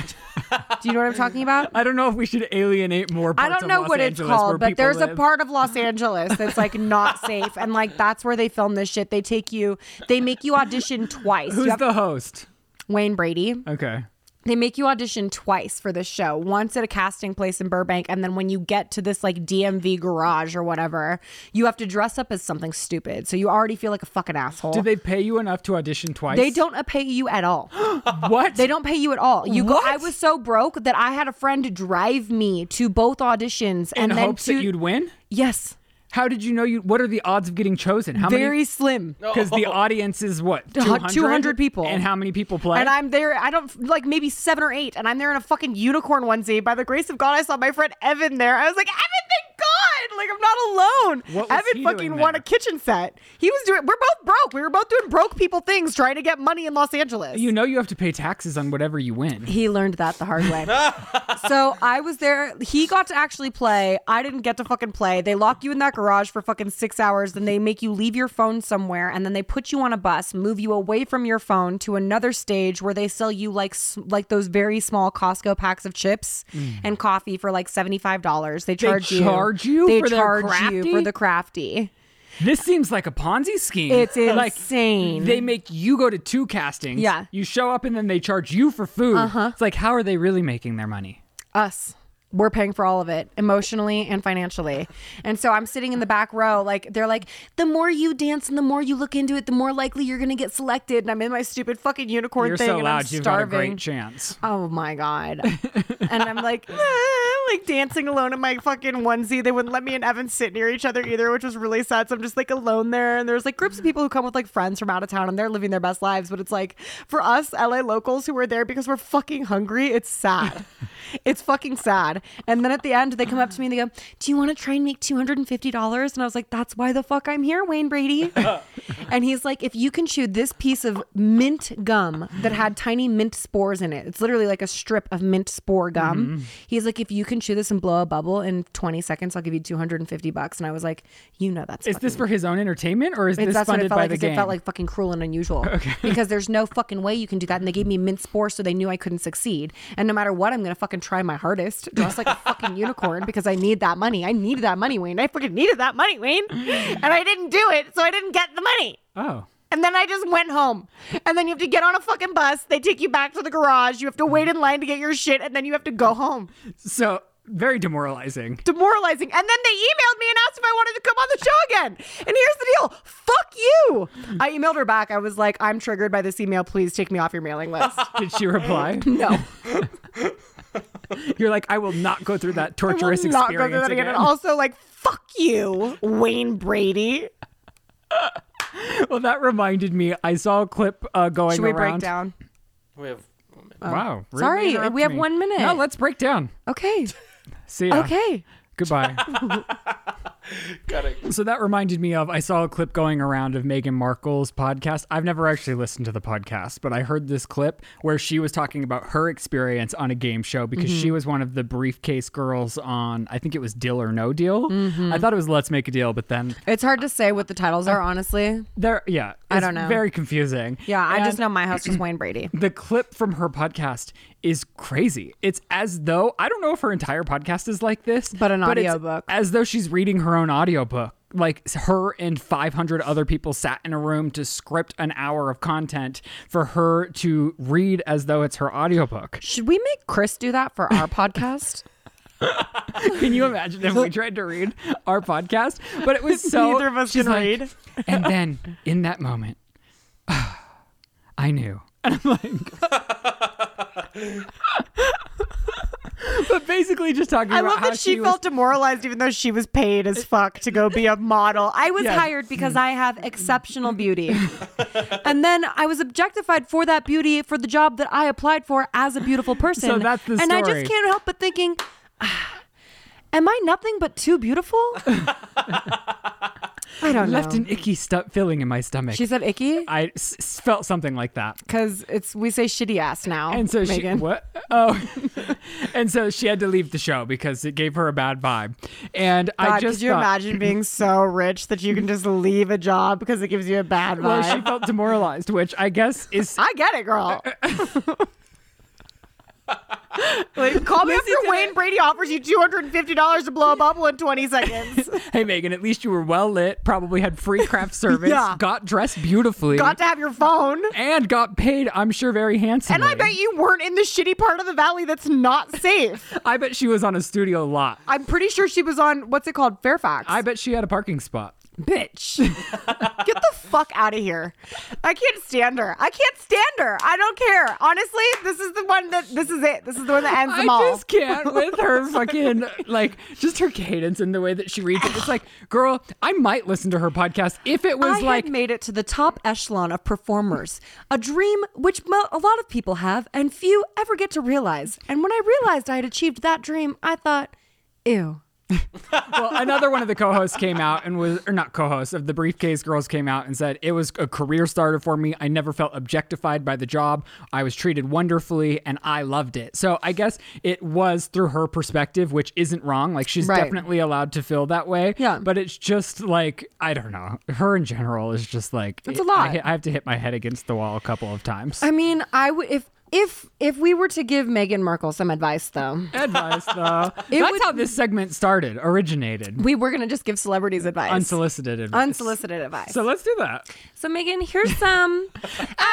B: you know what I'm talking about?
A: I don't know if we should alienate more
B: I
A: parts
B: don't
A: of
B: know
A: Los
B: what
A: Angeles
B: it's
A: where
B: called, but
A: people
B: there's a
A: live.
B: part of Los Angeles that's like not safe, and like that's where they film this shit. They take you, they make you audition twice.
A: Who's
B: you have
A: the host?
B: Wayne Brady.
A: Okay.
B: they make you audition twice for this show once at a casting place in burbank and then when you get to this like dmv garage or whatever you have to dress up as something stupid so you already feel like a fucking asshole
A: Do they pay you enough to audition twice?
B: they don't uh, pay you at all
A: What?
B: they don't pay you at all you go i was so broke that i had a friend drive me to both auditions
A: In
B: and then
A: hopes
B: to
A: that you'd win.
B: yes
A: How did you know you? What are the odds of getting chosen? How many?
B: very slim
A: Because the audience is what 200?
B: 200 people.
A: And how many people play?
B: And I'm there. I don't like maybe seven or eight, and I'm there in a fucking unicorn onesie. By the grace of God, I saw my friend Evan there. I was like, Evan, thank God! Like I'm not alone.
A: What was
B: Evan
A: he
B: fucking
A: doing
B: won a
A: there?
B: kitchen set. He was doing. We're both broke. We were both doing broke people things, trying to get money in Los Angeles.
A: you know you have to pay taxes on whatever you win.
B: He learned that the hard way. so I was there. He got to actually play. I didn't get to fucking play. They lock you in that garage for fucking six hours. Then they make you leave your phone somewhere. And then they put you on a bus, move you away from your phone to another stage where they sell you like s- like those very small Costco packs of chips and coffee for like seventy five dollars. They charge you.
A: Mm. charge you
B: They
A: for their
B: charge you
A: crafty?
B: for the crafty.
A: This seems like a Ponzi scheme.
B: It's
A: like
B: insane.
A: they make you go to two castings.
B: Yeah.
A: You show up and then they charge you for food. Uh-huh. It's like how are they really making their money?
B: Us. we're paying for all of it emotionally and financially. And so I'm sitting in the back row, like, they're like, the more you dance and the more you look into it, the more likely you're going to get selected. And I'm in my stupid fucking unicorn
A: You're
B: thing
A: so
B: and I'm
A: loud. You've got a
B: starving.
A: great chance.
B: Oh my God. and I'm like,
E: "Ah," like dancing alone in my fucking onesie. They wouldn't let me and Evan sit near each other either, which was really sad. So I'm just like alone there. And there's like groups of people who come with like friends from out of town and they're living their best lives. But it's like for us LA locals who were there because we're fucking hungry, it's sad.
B: it's fucking sad. And then at the end, they come up to me and they go, Do you want to try and make $250? And I was like, That's why the fuck I'm here, Wayne Brady. and he's like, If you can chew this piece of mint gum that had tiny mint spores in it, it's literally like a strip of mint spore gum.
A: Mm-hmm.
B: He's like, If you can chew this and blow a bubble in 20 seconds, I'll give you 250 bucks. And I was like, You know, that's
A: Is this for his own entertainment or is
B: it's,
A: this
B: that's what
A: funded
B: it felt
A: by
B: like.
A: the
B: 'cause It
A: game?
B: felt like fucking cruel and unusual. Because there's no fucking way you can do that. And they gave me mint spore, so they knew I couldn't succeed. And no matter what, I'm gonna fucking try my hardest, dress like a fucking unicorn, because I need that money. I needed that money, Wayne. I fucking needed that money, Wayne.
E: and I didn't do it, so I didn't get the money.
A: oh.
E: And then I just went home. And then you have to get on a fucking bus. They take you back to the garage. You have to wait in line to get your shit, and then you have to go home.
A: So very demoralizing.
E: demoralizing. And then they emailed me and asked if I wanted to come on the show again. And here's the deal fuck you.
B: I emailed her back. I was like, I'm triggered by this email. Please take me off your mailing list.
A: Did she reply?
B: No.
A: You're like, I will not go through that
E: I will
A: torturous
E: not go
A: experience
E: through that again. And also, like, fuck you, Wayne Brady.
A: Well, that reminded me. I saw a clip uh, going
B: Should we
A: around.
B: break down? Oh.
C: We have.
A: Wow. really
B: Sorry,
A: interrupt
B: we have
A: me.
B: one minute.
A: No, let's break down.
B: Okay.
A: See ya.
B: Okay.
A: Goodbye.
C: Got it.
A: so that reminded me of I saw a clip going around of Meghan Markle's podcast. I've never actually listened to the podcast, but I heard this clip where she was talking about her experience on a game show because she
B: Mm-hmm.
A: was one of the briefcase girls on I think it was Deal or No Deal.
B: Mm-hmm.
A: I thought it was Let's Make a Deal, but then
B: It's hard to say what the titles are, honestly.
A: there yeah,
B: I
A: it's
B: don't know.
A: Very confusing.
B: Yeah, I
A: And-
B: just know my house was Wayne Brady.
A: the clip from her podcast is crazy. It's as though I don't know if her entire podcast is like this,
B: But an
A: it's
B: audiobook.
A: As though she's reading her own audiobook. Like s- her and 500 other people sat in a room to script an hour of content for her to read as though it's her audiobook.
B: Should we make Chris do that for our podcast?
A: Can you imagine if we tried to read our podcast? But it was so.
E: Neither of us
A: she's
E: can
A: like,
E: read.
A: And then in that moment, I knew. And I'm like. but basically, just talking
E: I
A: about
E: love
A: how
E: that she,
A: was-
E: felt demoralized even though she was paid as fuck to go be a model. I
B: I was
A: Yeah.
B: hired because I have exceptional beauty. and then I was objectified for that beauty for the job that I applied for as a beautiful person.
A: So that's the
B: and I
A: story.
B: just can't help but thinking, "Ah, am I nothing but too beautiful? I don't
A: left
B: know.
A: an icky stu- filling in my stomach.
B: she said icky
A: I s- s- felt something like that.
B: because it's we say shitty ass now.
A: And so
B: Megan.
A: she what? Oh, and so she had to leave the show because it gave her a bad vibe. And I
E: God,
A: just
E: could you
A: thought-
E: imagine being so rich that you can just leave a job because it gives you a bad vibe?
A: Well, she felt demoralized, which I guess is
E: I get it, girl. like, call me
A: to
E: after Wayne Brady offers you two hundred and fifty dollars to blow a bubble in twenty seconds.
A: Hey Megan, at least you were well lit, probably had free craft service,
E: Yeah.
A: got dressed beautifully,
E: Got to have your phone,
A: and got paid, I'm sure, very handsomely.
E: and I bet you weren't in the shitty part of the valley that's not safe.
A: I bet she was on a studio lot.
B: I'm pretty sure she was on what's it called Fairfax.
A: I bet she had a parking spot.
B: bitch.
E: Get the fuck out of here! I can't stand her. I can't stand her. I don't care. Honestly, this is the one that this is it. This is the one that ends
A: I
E: them all.
A: just can't with her fucking like just her cadence and the way that she reads it. It's like, girl, I might listen to her podcast if it was
B: I
A: like
B: had made it to the top echelon of performers, a dream which mo- a lot of people have and few ever get to realize. And when I realized I had achieved that dream, I thought, ew.
A: well, another one of the co-hosts came out and was or not co-hosts of the briefcase girls came out and said it was a career starter for me. I never felt objectified by the job. I was treated wonderfully and I loved it. So I guess it was through her perspective, which isn't wrong. Like she's
B: Right.
A: definitely allowed to feel that way.
B: Yeah.
A: But it's just like I don't know. Her in general is just like
B: It's a lot.
A: I, I have to hit my head against the wall a couple of times.
B: I mean, I would if if if we were to give Meghan Markle some advice, though,
A: Advice though. That's
B: would-
A: how this segment started, originated.
B: we were gonna just give celebrities advice,
A: Unsolicited advice.
B: unsolicited advice.
A: so
B: So,
A: let's do that.
B: Megan, here's some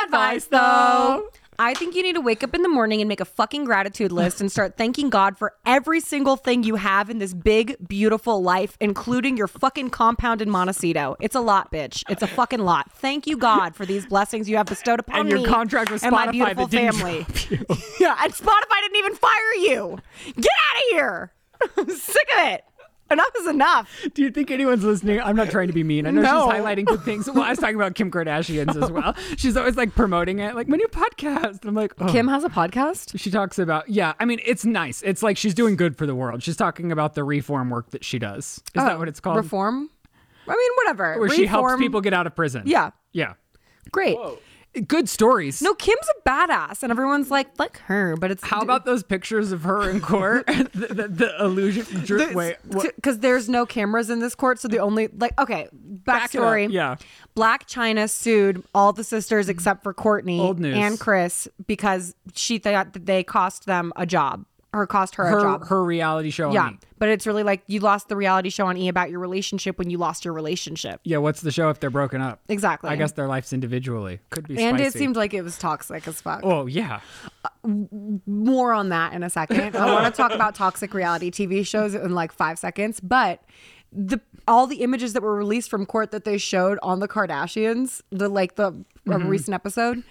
B: advice,
A: though.
B: though. Um, I think you need to wake up in the morning and make a fucking gratitude list and start thanking God for every single thing you have in this big, beautiful life, including your fucking compound in Montecito. It's a lot, bitch. It's a fucking lot. Thank you, God, for these blessings you have bestowed upon
A: And
B: me
A: your contract with
B: and my
A: Spotify
B: beautiful
A: that didn't
B: family. yeah, and Spotify didn't even fire you. Get out of here. I'm sick of it. Enough is enough.
A: Do you think anyone's listening? I'm not trying to be mean. I know
E: No.
A: she's highlighting good things. Well, I was talking about Kim Kardashian's as well. She's always like promoting it, like my new podcast. I'm like, oh.
B: Kim has a podcast.
A: She talks about, yeah, I mean, it's nice. It's like she's doing good for the world. She's talking about the reform work that she does. Is that
B: Oh,
A: what it's called?
B: Reform. I mean, whatever.
A: Where she helps
B: Reform.
A: people get out of prison.
B: Yeah.
A: Yeah.
B: Great.
A: Good stories.
B: No, Kim's a badass, and everyone's like, like her, but it's
A: How about those pictures of her in court? the, the, the illusion. Dr- wait. What?
B: because there's no cameras in this court, so the only like okay
A: Back it up,
B: backstory.
A: yeah.
B: Black China sued all the sisters except for Courtney
A: Old news.
B: and Chris because she thought that they cost them a job. Her cost her, a
A: Her,
B: job.
A: her reality show. on
B: yeah,
A: me.
B: but it's really like you lost the reality show on E about your relationship when you lost your relationship.
A: Yeah. What's the show if they're broken up?
B: Exactly.
A: I guess their lives individually could be
B: And it
A: spicy.
B: seemed like it was toxic as fuck.
A: Oh, yeah.
B: more on that in a second. I want to talk about toxic reality TV shows in like five seconds, but the all the images that were released from court that they showed on the Kardashians, the like the a
A: Mm-hmm.
B: recent episode,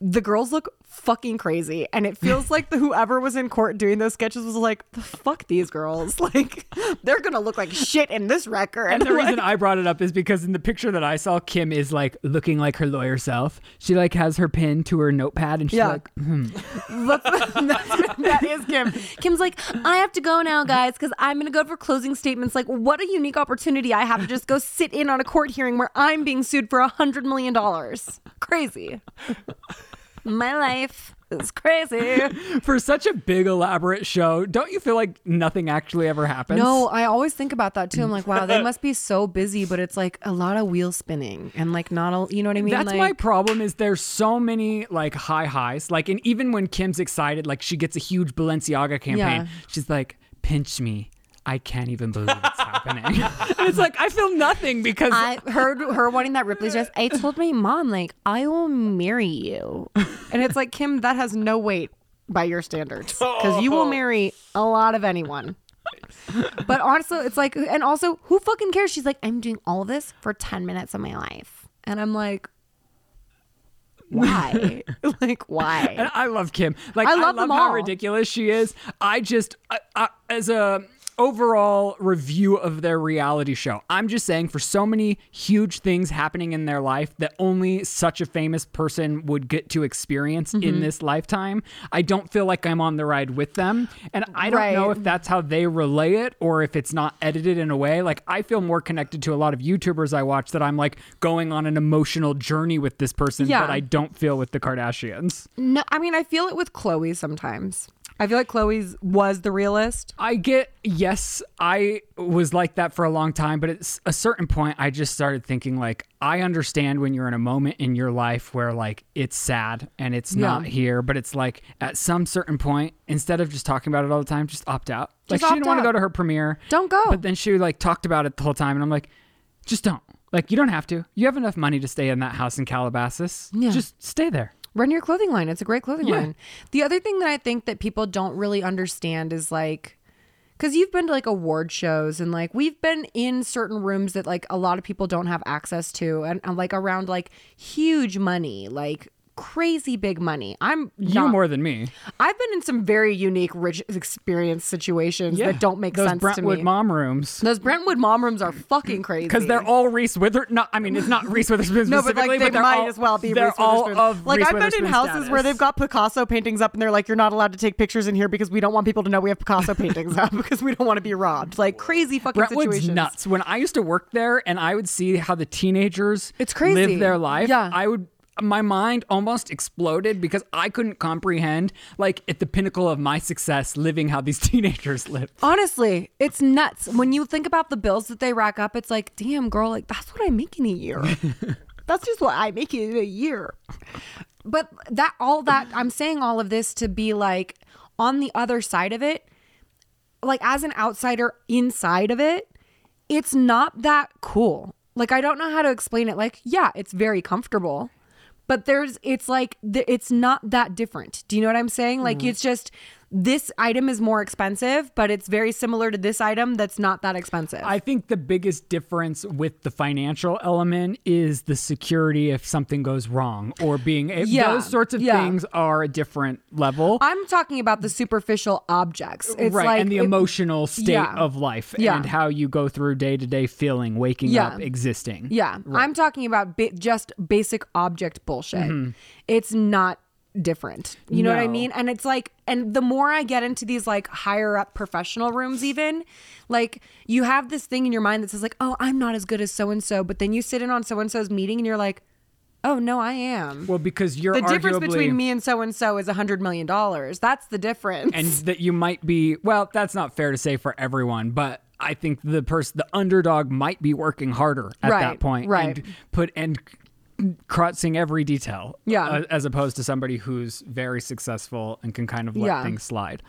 B: the girls look fucking crazy, and it feels like the whoever was in court doing those sketches was like, the fuck these girls, like they're gonna look like shit in this record.
A: And the
B: Like-
A: reason I brought it up is because in the picture that I saw, Kim is like looking like her lawyer self. She like has her pen to her notepad and she's
B: Yeah.
A: like,
B: That's, that's- that is Kim. Kim's like, I have to go now, guys, because I'm going to go for closing statements. Like, what a unique opportunity I have to just go sit in on a court hearing where I'm being sued for a $100 million. Crazy. My life is crazy.
A: for such a big elaborate show, don't you feel like nothing actually ever happens?
B: No, I always think about that too. I'm like, wow, they must be so busy, but it's like a lot of wheel spinning and like not a, you know what I mean?
A: That's
B: like,
A: my problem is there's so many like high highs. Like and even when Kim's excited, like she gets a huge Balenciaga campaign,
B: Yeah.
A: she's like, pinch me. I can't even believe it's happening. And it's like I feel nothing because
B: I heard her wanting that Ripley's dress. I told my mom, like, I will marry you. And it's like, Kim, that has no weight by your standards because you will marry a lot of anyone. But honestly, it's like, and also, who fucking cares? She's like, I'm doing all this for 10 minutes of my life. And I'm like, why? like,
A: And
B: why?
A: I love Kim. Like
B: I
A: I love,
B: love them all.
A: how ridiculous she is. I just I, I, as a overall review of their reality show. I'm just saying for so many huge things happening in their life that only such a famous person would get to experience
B: Mm-hmm.
A: in this lifetime. I don't feel like I'm on the ride with them and I don't know
B: Right.
A: if that's how they relay it or if it's not edited in a way. Like I feel more connected to a lot of YouTubers I watch that I'm like going on an emotional journey with this person
B: Yeah.
A: that I don't feel with the Kardashians.
B: No, I mean, I feel it with Chloe sometimes. I feel like Chloe's was the realist.
A: I get yes, I was like that for a long time, but at a certain point I just started thinking like I understand when you're in a moment in your life where like it's sad and it's not here, but it's like at some certain point instead of just talking about it all the time, just opt out.
B: Just
A: like she
B: opt
A: didn't want
B: out.
A: to go to her premiere.
B: Don't go.
A: But then she like talked about it the whole time and I'm like just don't. Like you don't have to. You have enough money to stay in that house in Calabasas.
B: Yeah.
A: Just stay there.
B: run your clothing line. It's a great clothing
A: Yeah.
B: line. The other thing that I think that people don't really understand is like, because you've been to like award shows and like we've been in certain rooms that like a lot of people don't have access to and, and, like around like huge money, like crazy big money. I'm
A: You
B: not-
A: more than me.
B: I've been in some very unique rich experience situations that don't make
A: Those
B: sense
A: Brentwood
B: to me.
A: mom rooms.
B: Those Brentwood mom rooms are fucking crazy
A: because they're all Reese Wither. No, I mean it's not Reese Witherspoon
B: No, but
A: specifically,
B: like they
A: they're
B: might
A: all-
B: as well be.
A: They're
B: Reese
A: all
B: Witherspoon.
A: of
B: like
A: Reese
B: I've been in
A: Witherspoon's
B: houses where
A: status.
B: they've got Picasso paintings up, and they're like, "You're not allowed to take pictures in here because we don't want people to know we have Picasso paintings up because we don't want to be robbed." Like crazy fucking
A: Brentwood's
B: situations.
A: nuts. When I used to work there, and I would see how the teenagers
B: It's crazy.
A: live their life.
B: Yeah.
A: I would. My mind almost exploded because I couldn't comprehend, like, at the pinnacle of my success, living how these teenagers live.
B: Honestly, it's nuts. When you think about the bills that they rack up, it's like, damn, girl, like that's what I make in a year. that's just what I make in a year. But that all that I'm saying all of this to be like on the other side of it, like as an outsider inside of it, it's not that cool. Like I don't know how to explain it. Like, yeah, it's very comfortable. but there's it's like th- it's not that different do you know what i'm saying like it's just this item is more expensive but it's very similar to this item that's not that expensive
A: I think the biggest difference with the financial element is the security if something goes wrong or being a-
B: Yeah,
A: those sorts of
B: yeah.
A: things are a different level.
B: i'm talking about the superficial objects it's
A: right,
B: like
A: and the
B: it-
A: emotional state
B: yeah.
A: of life
B: Yeah.
A: and how you go through day to day feeling, waking
B: Yeah.
A: up, existing.
B: Yeah, I'm talking about ba- just basic object bullshit. It's not different. You know what I
A: Mm-hmm. No.
B: mean? And it's like, and the more I get into these like higher up professional rooms, even like you have this thing in your mind that says like, oh, I'm not as good as so and so, but then you sit in on so and so's meeting and you're like, oh no, I am.
A: Well, because you're
B: the difference
A: arguably-
B: between me and so and so is a hundred million dollars. That's the difference.
A: and that you might be well that's not fair to say for everyone but i think the person the underdog might be working harder at that
B: Right,
A: point
B: right.
A: and put and crutzing every detail
B: Yeah.
A: uh, as opposed to somebody who's very successful and can kind of let
B: Yeah.
A: things slide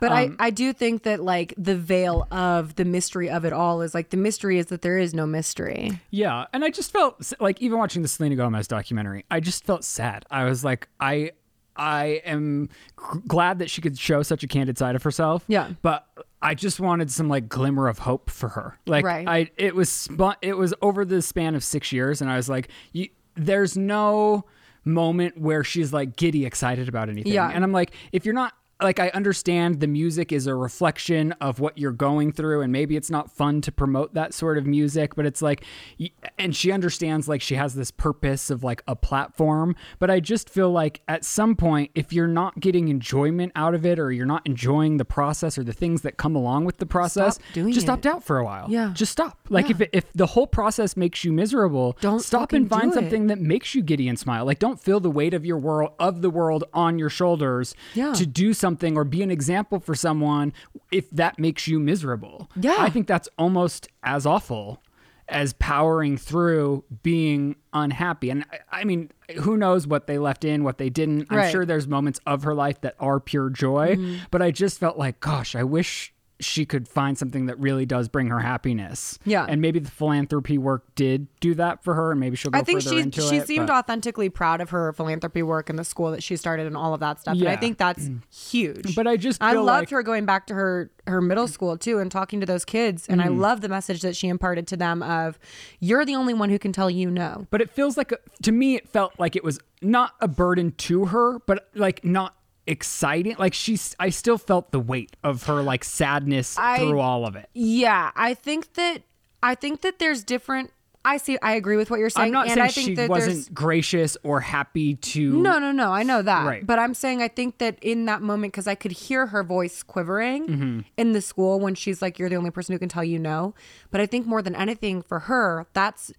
B: But
A: um,
B: I, I do think that like the veil of the mystery of it all is like the mystery is that there is no mystery.
A: yeah and i just felt s- like even watching the selena gomez documentary i just felt sad i was like i i am g- glad that she could show such a candid side of herself
B: Yeah.
A: but I just wanted some like glimmer of hope for her. Like
B: Right.
A: I, it was spun, it was over the span of six years, and I was like, you, there's no moment where she's like giddy excited about anything.
B: Yeah.
A: and I'm like, if you're not. Like I understand the music is a reflection of what you're going through and maybe it's not fun to promote that sort of music but it's like y- and she understands like she has this purpose of like a platform but I just feel like at some point if you're not getting enjoyment out of it or you're not enjoying the process or the things that come along with the process
B: doing
A: just
B: it.
A: opt out for a while
B: Yeah.
A: just stop like if
B: Yeah.
A: it, if the whole process makes you miserable
B: Don't
A: stop and
B: fucking
A: find
B: do it.
A: something that makes you giddy and smile like don't feel the weight of your world of the world on your shoulders
B: Yeah.
A: to do something or be an example for someone if that makes you miserable
B: Yeah.
A: i think that's almost as awful as powering through being unhappy and I, I mean who knows what they left in what they didn't i'm
B: Right. Mm-hmm.
A: sure there's moments of her life that are pure joy but i just felt like gosh i wish she could find something that really does bring her happiness
B: Yeah.
A: and maybe the philanthropy work did do that for her and maybe she'll go
B: I think
A: further
B: she
A: into
B: she
A: it,
B: seemed
A: but-
B: authentically proud of her philanthropy work and the school that she started and all of that stuff. And
A: Yeah.
B: I think that's huge.
A: But I just
B: Mm. I
A: feel
B: loved
A: like-
B: her going back to her her middle school too and talking to those kids. And I love the message that she imparted to them of you're the only one who can tell you no.
A: but it feels like a, to me it felt like it was not a burden to her but like not exciting like she's i still felt the weight of her like sadness
B: I-
A: through all of it
B: Yeah, I think that I think that there's different. I see. I agree with what you're saying.
A: i'm not
B: and
A: saying
B: I think
A: she
B: that there's-
A: wasn't gracious or happy to
B: No, no, no. I know that.
A: Right.
B: But I'm saying I think that in that moment, because I could hear her voice quivering in the school when she's like, You're the only person who can tell you no. But I think more than anything for her, that's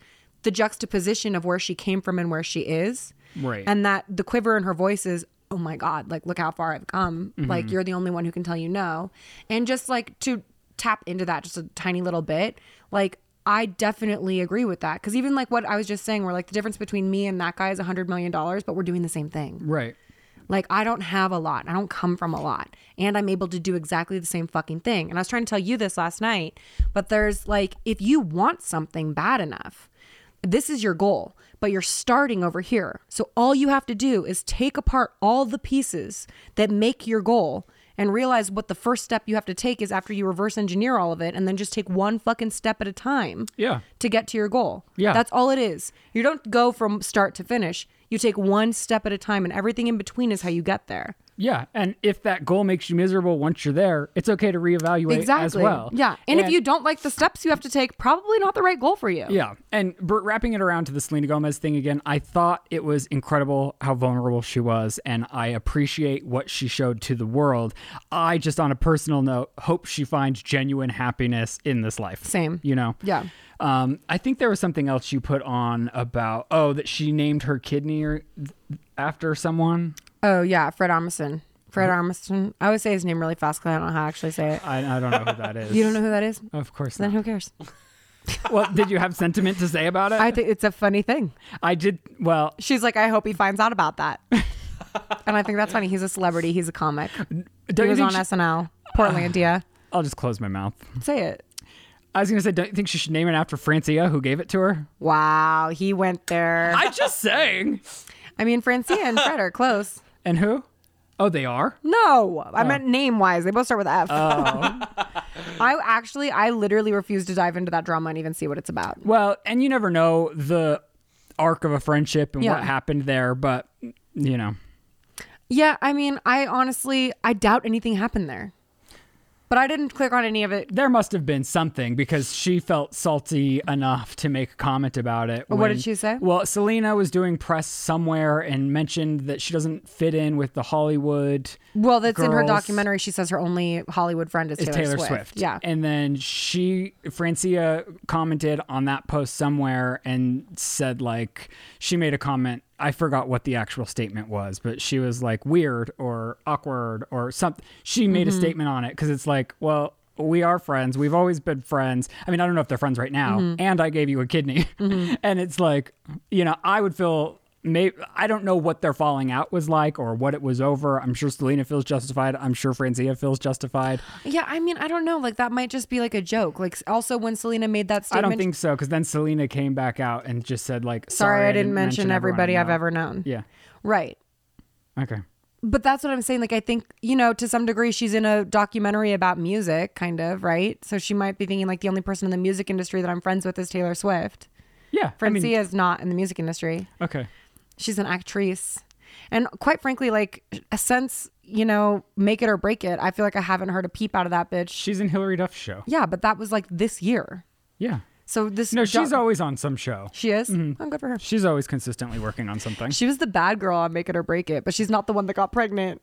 B: the juxtaposition of where she came from and where she is.
A: Right.
B: And that the quiver in her voice is, Oh my God, like, look how far I've come. Like, you're the only one who can tell you no. And just like to tap into that just a tiny little bit, like, I definitely agree with that. Cause even like what I was just saying, where like the difference between me and that guy is a $100 million, but we're doing the same thing.
A: right
B: Like, I don't have a lot. I don't come from a lot. And I'm able to do exactly the same fucking thing. And I was trying to tell you this last night, but there's like, if you want something bad enough, this is your goal, but you're starting over here. So all you have to do is take apart all the pieces that make your goal and realize what the first step you have to take is after you reverse engineer all of it and then just take one fucking step at a time
A: Yeah.
B: to get to your goal.
A: Yeah.
B: That's all it is. You don't go from start to finish. You take one step at a time and everything in between is how you get there.
A: yeah and if that goal makes you miserable once you're there it's okay to reevaluate as well
B: Yeah. And, if you don't like the steps you have to take, probably not the right goal for you.
A: Yeah. And br- wrapping it around to the Selena Gomez thing again, I thought it was incredible how vulnerable she was, and I appreciate what she showed to the world. I just, on a personal note, hope she finds genuine happiness in this life.
B: Same.
A: You know?
B: Yeah.
A: Um, I think there was something else you put on about, oh, that she named her kidney or after someone.
B: Oh yeah, Fred Armisen. Fred
A: Mm-hmm.
B: Armisen. I always say his name really fast because I don't know how to actually say it.
A: I, I don't know who that is.
B: You don't know who that is?
A: Of course
B: Then
A: not.
B: who cares?
A: well, did you have sentiment to say about it?
B: I think it's a funny thing.
A: I did. Well,
B: She's like, I hope he finds out about that. and I think that's funny. He's a celebrity. He's a comic.
A: don't
B: he
A: you
B: was
A: think
B: on
A: she-
B: SNL. Portlandia.
A: I'll just close my mouth.
B: Say it.
A: I was gonna say, don't you think she should name it after Francia, who gave it to her?
B: Wow, he went there.
A: I just saying.
B: I mean, Francine and Fred are close. Oh.
A: And who? Oh, they are?
B: No, I meant name wise. They both start with F. Oh. I actually, I literally refuse to dive into that drama and even see what it's about.
A: Well, and you never know the arc of a friendship and
B: Yeah.
A: what happened there, but you know.
B: Yeah, I mean, I honestly, I doubt anything happened there. But I didn't click on any of it.
A: There must have been something because she felt salty enough to make a comment about it.
B: What did she say?
A: Well, Selena was doing press somewhere and mentioned that she doesn't fit in with the Hollywood
B: Well, that's in her
A: Girls.
B: documentary. She says her only Hollywood friend is
A: is
B: Taylor,
A: Taylor,
B: Swift.
A: Swift.
B: Yeah.
A: And then she, Francia, commented on that post somewhere and said, like, she made a comment. I forgot what the actual statement was, but she was like weird or awkward or something. She made
B: Mm-hmm.
A: a statement on it because it's like, well, we are friends. We've always been friends. I mean, I don't know if they're friends right now.
B: Mm-hmm.
A: And I gave you a kidney. and it's like, you know, I would feel maybe I don't know what their falling out was like or what it was over. I'm sure Selena feels justified. I'm sure Francia feels justified.
B: Yeah, I mean, I don't know. Like, that might just be like a joke. Like, also, when Selena made that
A: I
B: statement,
A: don't think so, because then Selena came back out and just said like,
B: sorry,
A: "Sorry,
B: I didn't mention
A: everyone
B: everybody
A: I
B: I've
A: know."
B: ever known.
A: Yeah.
B: Right.
A: Okay.
B: But that's what I'm saying. Like, I think, you know, to some degree, she's in a documentary about music, kind of, right? So she might be thinking, like, the only person in the music industry that I'm friends with is Taylor Swift.
A: Yeah. I mean,
B: Francia is not in the music industry.
A: okay.
B: She's an actress. And quite frankly, like, since, you know, Make It or Break It, I feel like I haven't heard a peep out of that bitch.
A: She's in Hillary Duff's show.
B: Yeah, but that was like this year.
A: Yeah.
B: So this.
A: No, she's Mm-hmm.
B: doc-
A: always on some show.
B: She is? Oh, good for her.
A: She's always consistently working on something.
B: She was the bad girl on Make It or Break It, but she's not the one that got pregnant.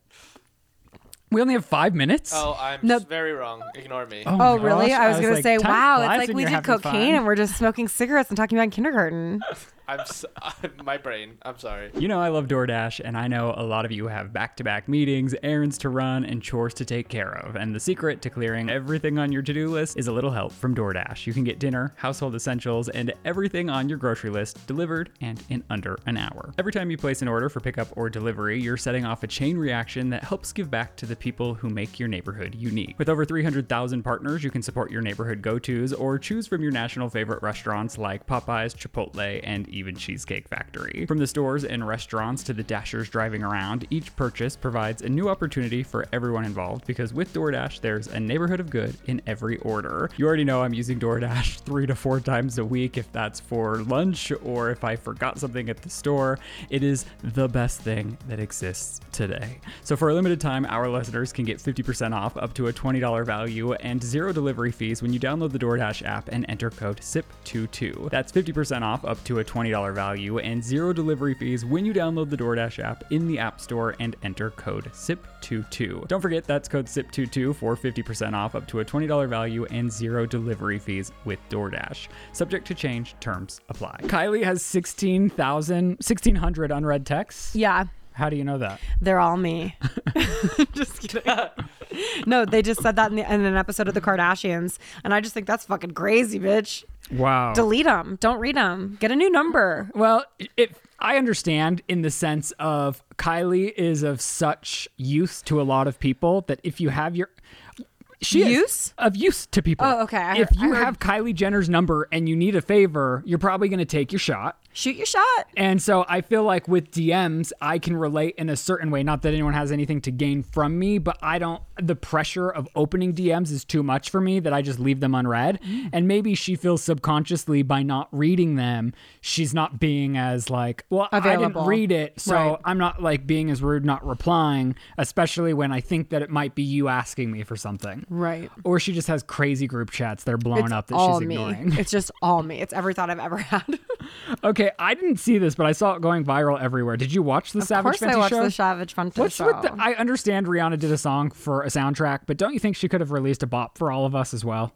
A: We only have five minutes.
C: Oh, I'm
B: No.
C: very wrong. Ignore me.
A: my
B: Oh, really?
A: gosh.
B: I was, gonna
A: like,
B: say,
A: time
B: wow,
A: flies
B: it's like
A: when
B: we
A: you're
B: did
A: having
B: cocaine and
A: fun.
B: we're just smoking cigarettes and talking about kindergarten.
C: I'm s my brain. I'm sorry.
A: You know, I love DoorDash, and I know a lot of you have back to back meetings, errands to run, and chores to take care of. And the secret to clearing everything on your to do list is a little help from DoorDash. You can get dinner, household essentials, and everything on your grocery list delivered and in under an hour. Every time you place an order for pickup or delivery, you're setting off a chain reaction that helps give back to the people who make your neighborhood unique. With over 300,000 partners, you can support your neighborhood go tos or choose from your national favorite restaurants like Popeyes, Chipotle, and even Cheesecake Factory. From the stores and restaurants to the dashers driving around, each purchase provides a new opportunity for everyone involved because with DoorDash, there's a neighborhood of good in every order. You already know I'm using DoorDash three to four times a week if that's for lunch or if I forgot something at the store. It is the best thing that exists today. So for a limited time, our listeners can get 50% off up to a $20 value and zero delivery fees when you download the DoorDash app and enter code SIP22. That's 50% off up to a $20 value and zero delivery fees when you download the DoorDash app in the App Store and enter code SIP22. Don't forget that's code SIP22 for 50% off up to a $20 value and zero delivery fees with DoorDash. Subject to change, terms apply. Kylie has 16,000 1600 unread texts.
B: yeah,
A: How do you know that?
B: they're all me. just kidding. no, they just said that in, the, in an episode of The Kardashians, and I just think that's fucking crazy, bitch.
A: Wow.
B: Delete them. Don't read them. Get a new number.
A: Well, it, I understand in the sense of Kylie is of such use to a lot of people that if you have your she is
B: Use?
A: of use to people.
B: Oh, okay. I
A: if
B: heard- I
A: you
B: heard-
A: have Kylie Jenner's number and you need a favor, you're probably going to take your shot.
B: Shoot your shot.
A: And so I feel like with DMs, I can relate in a certain way. Not that anyone has anything to gain from me, but I don't, the pressure of opening DMs is too much for me that I just leave them unread.
B: Mm.
A: And maybe she feels subconsciously by not reading them, she's not being as like, well, I
B: Available.
A: didn't read it. So
B: Right.
A: I'm not like being as rude, not replying, especially when I think that it might be you asking me for something.
B: Right.
A: Or she just has crazy group chats that are blown up that she's ignoring.
B: me. It's just all me. It's every thought I've ever had.
A: Okay, I didn't see this, but I saw it going viral everywhere. Did you watch the
B: of
A: Savage
B: course,
A: Fenty
B: I watched
A: show?
B: the Savage Fun Fit
A: What's
B: show.
A: with the, I understand Rihanna did a song for a soundtrack, but don't you think she could have released a bop for all of us as well?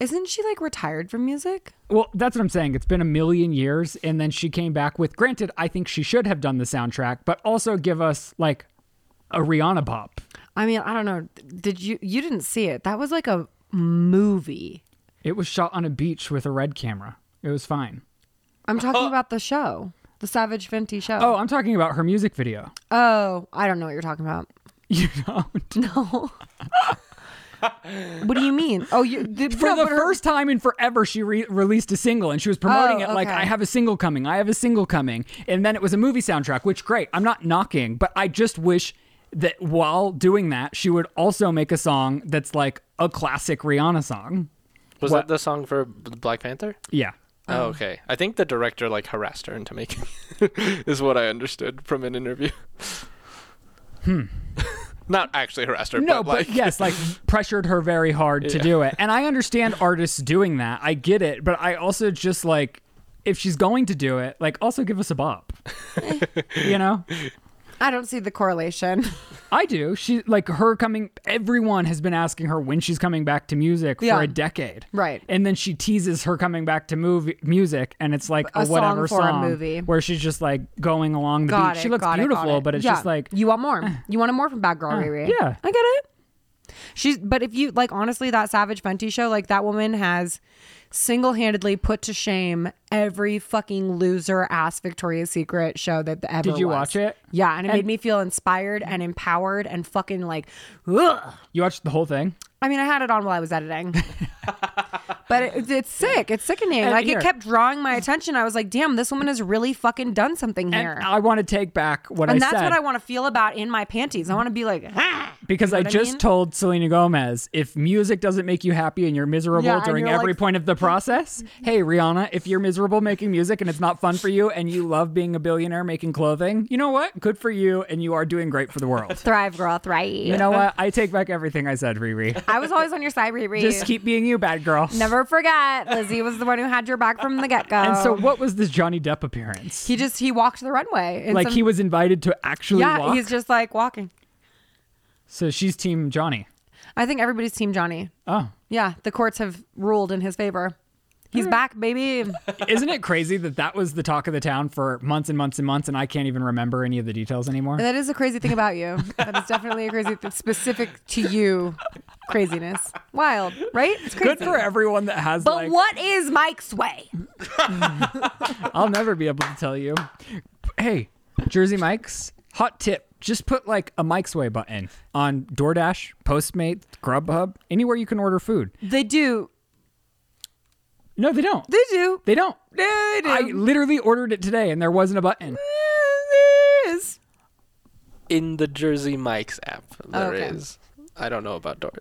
B: Isn't she like retired from music?
A: Well, that's what I'm saying. It's been a million years, and then she came back with. Granted, I think she should have done the soundtrack, but also give us like a Rihanna bop.
B: I mean, I don't know. Did you you didn't see it? That was like a movie.
A: It was shot on a beach with a red camera. It was fine.
B: I'm talking about the show, the Savage Fenty show.
A: Oh, I'm talking about her music video.
B: oh, I don't know what you're talking about.
A: You don't.
B: No, What do you mean? Oh, you the,
A: For the first time in forever, she re- released a single and she was promoting
B: Oh,
A: it like,
B: okay.
A: I have a single coming, I have a single coming. And then it was a movie soundtrack, which great. I'm not knocking, but I just wish that while doing that, she would also make a song that's like a classic Rihanna song.
C: Was
A: What?
C: that the song for B- Black Panther?
A: Yeah. Um,
C: Oh, okay. I think the director like harassed her into making it, is what I understood from an interview. Hmm. Not actually harassed her,
A: No,
C: but,
A: but,
C: like
A: yes, like pressured her very hard to do it. And I understand artists doing that. I get it, but I also just like if she's going to do it, like also give us a bop. you know?
B: I don't see the correlation.
A: I do. She like her coming everyone has been asking her when she's coming back to music
B: Yeah.
A: for a decade.
B: Right.
A: And then she teases her coming back to movie music and it's like a,
B: A song
A: whatever
B: for a
A: song
B: movie.
A: where she's just like going along the
B: Got
A: beat.
B: it.
A: she looks
B: got it, got
A: beautiful,
B: it.
A: but it's
B: Yeah.
A: just like Uh.
B: you want more. You want more from Bad Girl Riri.
A: yeah.
B: I get it. She's but if you like honestly that Savage Fenty show like that woman has single-handedly put to shame every fucking loser ass Victoria's Secret show that the ever
A: Did you
B: was.
A: watch it?
B: Yeah, and it made me feel inspired and empowered and fucking like ugh.
A: you watched the whole thing.
B: I mean, I had it on while I was editing. but it, it's sick. It's sickening.
A: And
B: like
A: here-
B: it kept drawing my attention. I was like, "Damn, this woman has really fucking done something
A: And
B: here."
A: I want to take back what I
B: and that's
A: said.
B: what I want to feel about in my panties. I want to be like, ah!
A: Because I
B: what I
A: just
B: mean?
A: told Selena Gomez, if music doesn't make you happy and you're miserable
B: Yeah, and
A: during
B: you're
A: every
B: like-
A: point of the process, hey Rihanna, if you're miserable making music and it's not fun for you and you love being a billionaire making clothing, you know what? Good for you and you are doing great for the world.
B: thrive, girl, thrive.
A: you know what? I take back everything I said, Riri.
B: I was always on your side, Riri.
A: Just keep being you, bad girl.
B: Never forget, Lizzie was the one who had your back from the get go.
A: And so what was this Johnny Depp appearance?
B: he just he walked the runway. in
A: like
B: some-
A: he was invited to actually
B: Yeah,
A: walk.
B: he's just like walking.
A: So she's team Johnny.
B: I think everybody's team Johnny.
A: Oh.
B: Yeah, the courts have ruled in his favor. He's back, baby.
A: Isn't it crazy that that was the talk of the town for months and months and months and I can't even remember any of the details anymore?
B: That is a crazy thing about you. That is definitely a crazy, th- specific to you, craziness. Wild, right? It's crazy.
A: Good for everyone that has
B: but
A: like
B: what is Mike's way?
A: I'll never be able to tell you. Hey, Jersey Mike's hot tip. Just put like a Mike's Way button on DoorDash, Postmates, Grubhub, anywhere you can order food.
B: They do.
A: No, they don't.
B: They do.
A: They don't.
B: They do.
A: I literally ordered it today and there wasn't a button.
B: It is.
C: in the Jersey Mike's app
A: Oh,
C: there is.
B: Okay.
C: I don't know about Dort.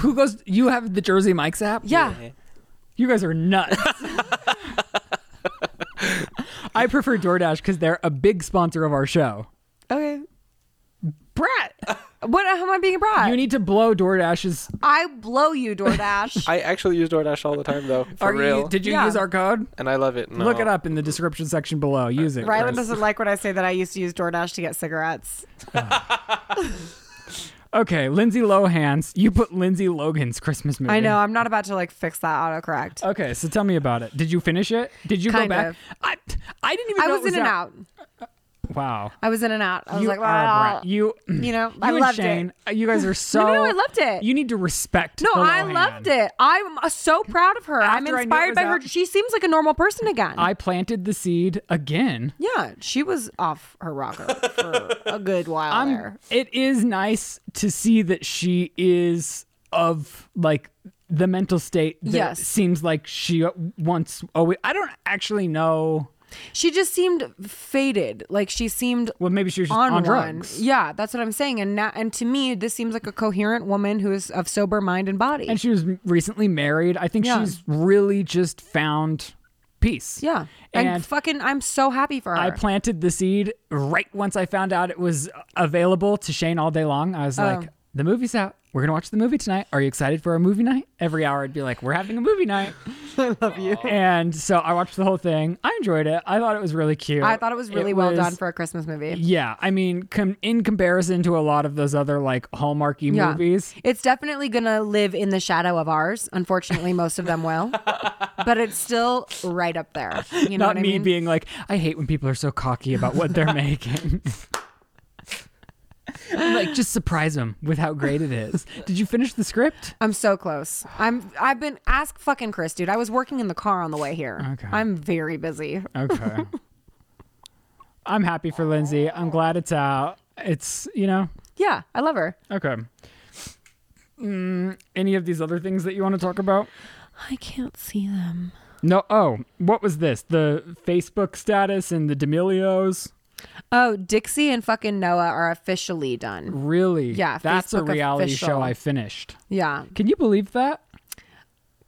A: Who goes you have the Jersey Mike's app?
B: Yeah.
A: You guys are nuts. I prefer DoorDash because they're a big sponsor of our show.
B: Okay.
A: Brett,
B: What? How am I being a brat?
A: you need to blow DoorDash's.
B: I blow you, DoorDash.
C: I actually use DoorDash all the time though, for
A: Are you-
C: real.
A: did you
B: Yeah.
A: use our code?
C: and I love it. No.
A: Look it up in the description section below. Use it.
E: Rylan
A: guys.
E: doesn't like when I say that I used to use DoorDash to get cigarettes.
A: Okay, Lindsay Lohan's. You put Lindsay Logan's Christmas movie.
B: I know.
A: I'm-
B: I'm not about to like fix that autocorrect.
A: okay, so tell me about it. Did you finish it? Did you go
B: Kind
A: back?
B: of.
A: I I didn't even.
B: I
A: know
B: was
A: it was
B: in and out.
A: Wow.
B: I was in and out. I was
A: you
B: like,
A: are a
B: wow.
A: brat. You.
B: You know,
A: you
B: I
A: and
B: loved
A: Shane,
B: it.
A: uh, You guys are so.
B: no, I loved it.
A: You need to respect.
B: No,
A: the
B: I
A: Lohan.
B: loved it. I'm uh, so proud of her. I'm
A: After I knew it
B: inspired
A: was
B: by her.
A: out-
B: She seems like a normal person again.
A: I planted the seed again.
B: yeah, she was off her rocker for a good while there.
A: It is nice to see that she is of like the mental state that
B: Yes.
A: seems like she once always. I don't actually know.
B: She just seemed faded. Like she seemed
A: Well, maybe she was just
B: on,
A: on,
B: one.
A: drugs.
B: Yeah, that's what I'm saying. And now, and to me, this seems like a coherent woman who is of sober mind and body.
A: and she was m- recently married. I think
B: Yeah.
A: she's really just found peace.
B: yeah, and,
A: And,
B: fucking, I'm so happy for her.
A: I planted the seed right once I found out it was available to Shane all day long. I was
B: Oh.
A: like, the movie's out. We're going to watch the movie tonight. Are you excited for our movie night? Every hour I'd be like, we're having a movie night.
E: I love you.
A: And so I watched the whole thing. I enjoyed it. I thought it was really cute.
B: I thought it was really well done for a Christmas movie.
A: Yeah, I mean, com- in comparison to a lot of those other like Hallmarky
B: Yeah.
A: movies,
B: It's definitely gonna live in the shadow of ours. Unfortunately, most of them will, but it's still right up there. You know
A: not
B: what I
A: me
B: mean?
A: being like, I hate when people are so cocky about what they're making. like, just surprise them with how great it is. Did you finish the script?
B: I'm so close. I'm. I've been ask fucking Chris, dude. I was working in the car on the way here.
A: Okay.
B: I'm very busy.
A: Okay. I'm happy for Lindsay. I'm glad it's out. It's you know
B: Yeah, I love her.
A: okay. Mm, Any of these other things that you want to talk about?
B: I can't see them.
A: No. Oh, what was this? The Facebook status and the D'Amelios?
B: Oh, Dixie and fucking Noah are officially done.
A: Really?
B: Yeah,
A: That's a
B: Facebook
A: reality show
B: official.
A: I finished.
B: Yeah.
A: Can you believe that?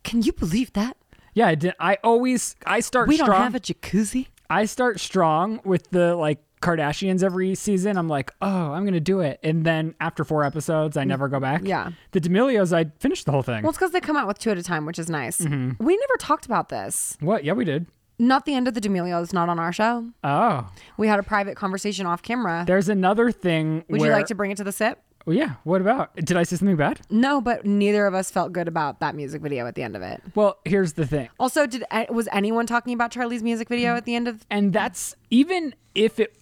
B: Can you believe that?
A: Yeah, I did. I always I start
B: We
A: strong.
B: don't have a jacuzzi.
A: I start strong with the like Kardashians every season. I'm like, oh, I'm gonna do it, and then after four episodes, I never go back.
B: Mm, Yeah.
A: The D'Amelios, I finished the whole thing.
B: Well, it's because they come out with two at a time, which is nice.
A: Mm-hmm.
B: We never talked about this.
A: what? Yeah, we did.
B: Not the end of the D'Amelios, not on our show.
A: Oh,
B: We had a private conversation off camera.
A: there's another thing.
B: Would
A: where,
B: you like to bring it to the sip?
A: Well, yeah. What about? Did I say something bad?
B: No, but neither of us felt good about that music video at the end of it.
A: Well, here's the thing.
B: Also, did was anyone talking about Charlie's music video at the end of?
A: and that's even if it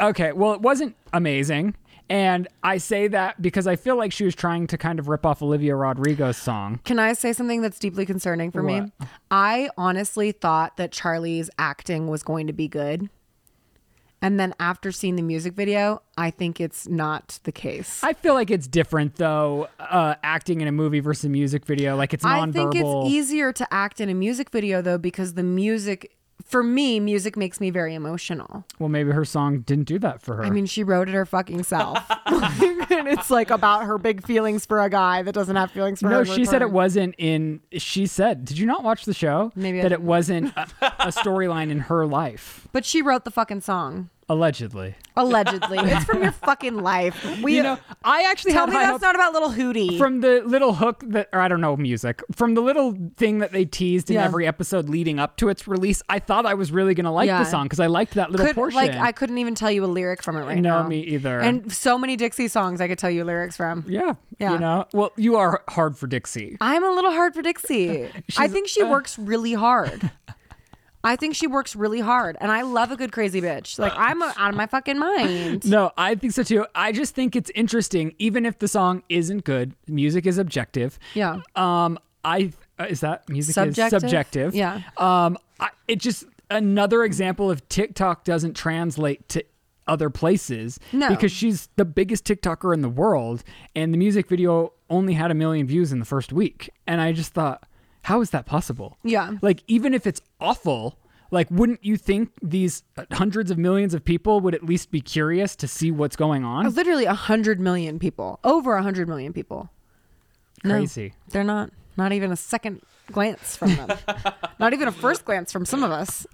A: okay well it wasn't amazing and i say that because i feel like she was trying to kind of rip off olivia rodrigo's song
B: Can I say something that's deeply concerning for me?
A: What?
B: I honestly thought that Charlie's acting was going to be good. And then after seeing the music video, I think it's not the case.
A: i feel like it's different though uh, acting in a movie versus a music video like it's
B: I think
A: nonverbal
B: it's e- easier to act in a music video though because the music for me, music makes me very emotional.
A: well maybe her song didn't do that for her
B: I mean, she wrote it her fucking self. and it's like about her big feelings for a guy that doesn't have feelings for her.
A: no
B: in
A: she said it
B: return.
A: wasn't in she said did you not watch the show
B: Maybe I
A: that it
B: didn't.
A: wasn't a, a storyline in her life
B: But she wrote the fucking song.
A: allegedly
B: Allegedly. it's from your fucking life. We
A: you know i actually
B: Tell
A: had
B: me
A: high
B: that's
A: hopes-
B: not about little Hootie.
A: from the little hook that or i don't know music from the little thing that they teased in
B: Yeah.
A: every episode leading up to its release i thought i was really gonna like
B: Yeah.
A: the song because i liked that little
B: Could-
A: portion
B: like I couldn't even tell you a lyric from it right
A: No,
B: now.
A: me either.
B: And so many Dixie songs I could tell you lyrics from.
A: yeah,
B: Yeah.
A: you know well you are hard for dixie
B: I'm a little hard for Dixie. I think
A: uh,
B: she works really hard. I think she works really hard, and I love a good crazy bitch. Like I'm uh, out of my fucking mind.
A: no i think so too i just think it's interesting even if the song isn't good music is objective
B: Yeah.
A: um i uh, is that music
B: Subjective?
A: is subjective
B: Yeah.
A: um I, it just another example of tiktok doesn't translate to other places
B: No.
A: because she's the biggest tiktoker in the world and the music video only had a million views in the first week and i just thought how is that possible
B: Yeah.
A: like even if it's awful like wouldn't you think these hundreds of millions of people would at least be curious to see what's going on
B: Literally a hundred million people, over a hundred million people. No,
A: crazy
B: they're not. Not even a second glance from them. not even a first glance from some of us.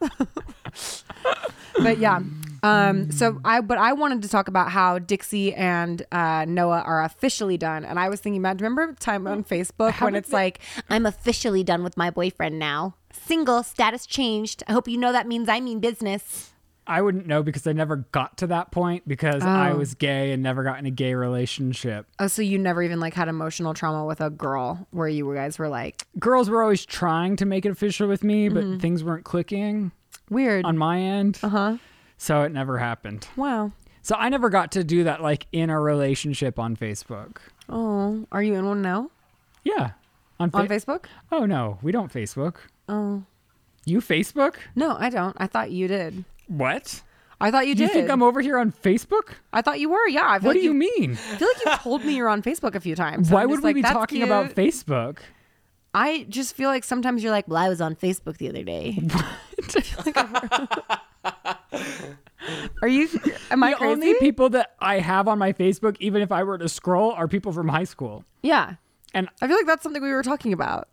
B: but yeah. Um, so I, but I wanted to talk about how Dixie and uh, Noah are officially done, and I was thinking about. Do you remember the time on Facebook when it's like
F: I'm officially done with my boyfriend now. Single, status changed. I hope you know that means I mean business.
A: I wouldn't know because I never got to that point because I was gay and never got in a gay relationship.
B: Oh, so you never even like had emotional trauma with a girl where you guys were like
A: Girls were always trying to make it official with me, but
B: Mm-hmm.
A: things weren't clicking
B: weird.
A: on my end.
B: Uh huh.
A: So it never happened.
B: Wow.
A: So I never got to do that like in a relationship on Facebook.
B: Oh, are you in one now
A: Yeah. On,
B: on
A: Fa-
B: Facebook?
A: Oh no, we don't Facebook.
B: Oh
A: You Facebook?
B: no, I don't. I thought you did.
A: What?
B: I thought you
A: Do
B: did.
A: you think I'm over here on Facebook?
B: I thought you were. Yeah. I feel
A: What
B: like
A: do you mean?
B: I feel like you told me you're on Facebook a few times.
A: Why
B: I'm
A: would
B: just
A: we
B: like,
A: be
B: "That's
A: talking
B: cute."
A: about Facebook?
B: I just feel like sometimes you're like,
F: Well, I was on Facebook the other day.
B: are you? Am I
A: the
B: crazy?
A: only people that I have on my Facebook, even if I were to scroll, are people from high school.
B: yeah.
A: And Hmm.
B: I feel like that's something we were talking about.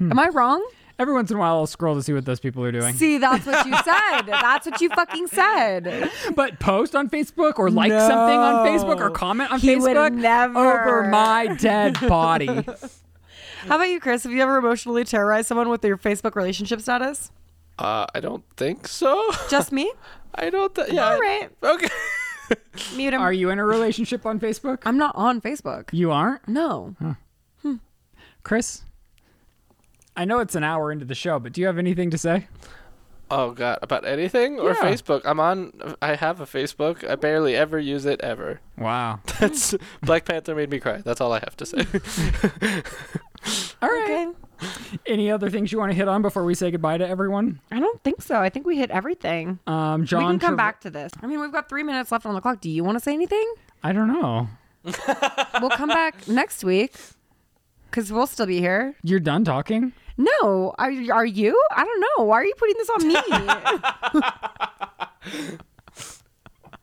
B: Am I wrong?
A: every once in a while, I'll scroll to see what those people are doing.
B: See, that's what you said. that's what you fucking said.
A: But post on Facebook or like something on Facebook or comment on
B: He would
A: Facebook
B: never.
A: over my dead body.
B: How about you, Chris? Have you ever emotionally terrorized someone with your Facebook relationship status?
C: Uh, I don't think so.
B: Just me?
C: I don't. Th- yeah.
B: All right.
C: Okay.
B: Mute him.
A: are you in a relationship on Facebook?
B: I'm not on Facebook.
A: you aren't,
B: No.
A: Chris. I know it's an hour into the show, but do you have anything to say?
C: Oh God, about anything or
A: Yeah.
C: Facebook? I'm on. I have a Facebook. I barely ever use it ever.
A: Wow.
C: That's Black Panther made me cry. That's all I have to say.
A: All right.
B: Okay.
A: Any other things you want to hit on before we say goodbye to everyone?
B: I don't think so. I think we hit everything.
A: Um, John.
B: we can come
A: Trav-
B: back to this. I mean, we've got three minutes left on the clock. Do you want to say anything?
A: I don't know.
B: We'll come back next week. because we'll still be here.
A: You're done talking?
B: No, are, are you? I don't know. Why are you putting this on me?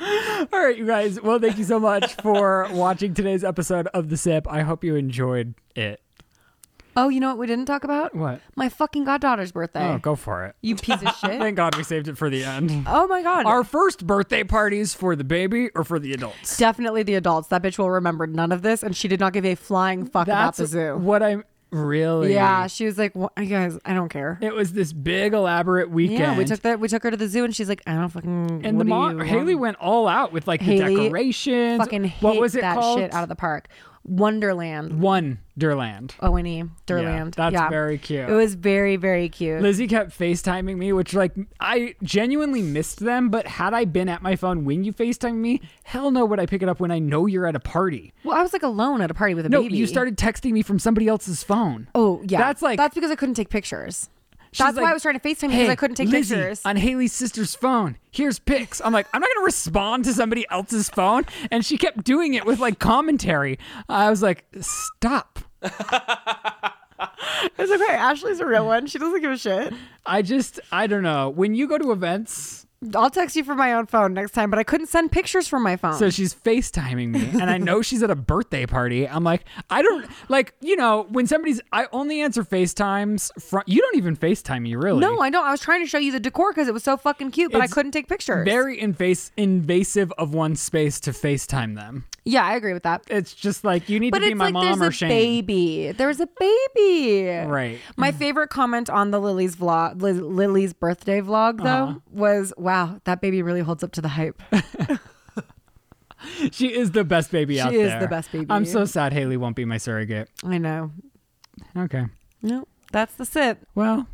A: All right, you guys. Well, thank you so much for watching today's episode of The Sip. I hope you enjoyed it.
B: oh, you know what we didn't talk about?
A: What?
B: My fucking goddaughter's birthday.
A: Oh, go for it.
B: You piece of shit.
A: Thank God we saved it for the end.
B: oh my god.
A: Our first birthday parties for the baby or for the adults?
B: Definitely the adults. That bitch will remember none of this, and she did not give a flying fuck about the zoo.
A: what I'm really.
B: Yeah, she was like, "Wha- "You guys, I don't care."
A: It was this big elaborate weekend.
B: Yeah, we took that. We took her to the zoo, and she's like, "I don't fucking."
A: and
B: what
A: the
B: do
A: mo-
B: you
A: Haley
B: want?"
A: went all out with like
B: Haley
A: the decorations.
B: Fucking hate
A: what was it
B: that
A: called?
B: shit out of the park. Wonderland.
A: One Derland.
B: O N E. Derland.
A: that's very cute.
B: It was very very cute.
A: Lizzie kept FaceTiming me, which like I genuinely missed them, but had I been at my phone when you FaceTime me, hell no would I pick it up when I know you're at a party.
B: well, I was like alone at a party with a
A: No,
B: baby.
A: you started texting me from somebody else's phone.
B: Oh yeah.
A: That's like
B: that's because I couldn't take pictures.
A: she's
B: That's why
A: like,
B: I was trying to FaceTime
A: "Hey,
B: because I couldn't take
A: Lizzie,
B: pictures.
A: On Haley's sister's phone. Here's pics. I'm like, I'm not gonna respond to somebody else's phone. And she kept doing it with like commentary. I was like, stop.
E: It's okay. Ashley's a real one. She doesn't give a shit.
A: I just I don't know. When you go to events,
B: I'll text you from my own phone next time, but I couldn't send pictures from my phone.
A: So she's FaceTiming me, and I know she's at a birthday party. I'm like, I don't like, you know, when somebody's, I only answer FaceTimes from. You don't even FaceTime me, really.
B: no, I don't. I was trying to show you the decor because it was so fucking cute, but I
A: It's
B: couldn't take pictures.
A: very invas- invasive of one's space to FaceTime them.
B: yeah, I agree with that.
A: It's just like you need
B: But
A: to be
B: it's
A: my
B: like
A: mom or
B: there's a
A: Shane.
B: baby. There's a baby.
A: Right. Mm.
B: My favorite comment on the Lily's vlog, Liz, Lily's birthday vlog, though,
A: Uh-huh.
B: was, "Wow, that baby really holds up to the hype."
A: She is the best baby out there.
B: is the best baby.
A: I'm so sad Haley won't be my surrogate.
B: I know.
A: Okay.
B: No, that's the sip.
A: Well,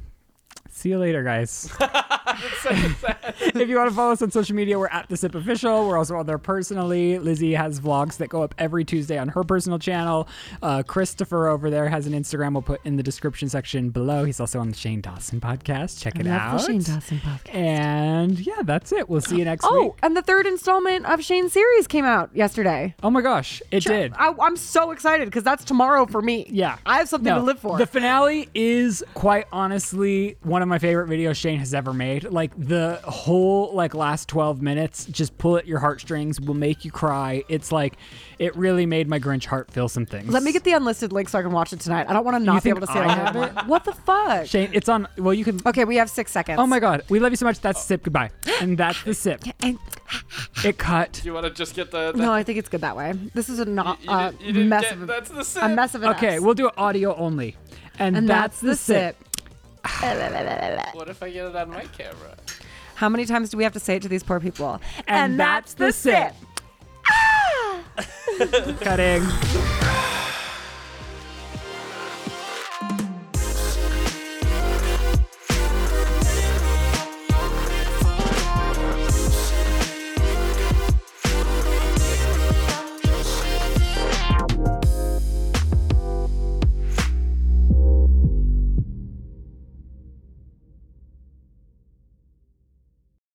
A: see you later, guys. if you want to follow us on social media, we're at The Sip Official. We're also on there personally. Lizzie has vlogs that go up every Tuesday on her personal channel. Uh, Christopher over there has an Instagram we'll put in the description section below. He's also on the Shane Dawson podcast. Check it out.
B: Love the Shane Dawson podcast.
A: And yeah, that's it. We'll see you next week.
B: Oh, and the third installment of Shane's series came out yesterday.
A: Oh my gosh, it did.
B: I, I'm so excited because that's tomorrow for me.
A: Yeah.
B: I have something
A: No,
B: to live for.
A: The finale is quite honestly one of my favorite videos Shane has ever made. Like the whole like last 12 minutes just pull at your heartstrings, will make you cry. It's like it really made my Grinch heart feel some things.
B: Let me get the unlisted link so I can watch it tonight. I don't want to not be
A: think
B: able to see
A: I
B: it. on
A: have
B: here. What the fuck?
A: Shane, it's on well you can
B: Okay, we have six seconds.
A: Oh my god, we love you so much. That's the sip goodbye. And that's the sip.
B: And-
A: It cut.
C: Do you want to just get the? the
B: no, I think it's good that way. This is a not
C: you,
B: uh,
C: did, you didn't
B: mess
C: get-
B: of
C: that's
B: a,
C: the
B: a
C: sip.
B: mess of an
A: Okay,
B: S.
A: we'll do it audio only. And,
B: and
A: that's, the sip.
C: What if I get it on my camera?
B: How many times do we have to say it to these poor people? Ah!
A: And, that's the sip. Cutting.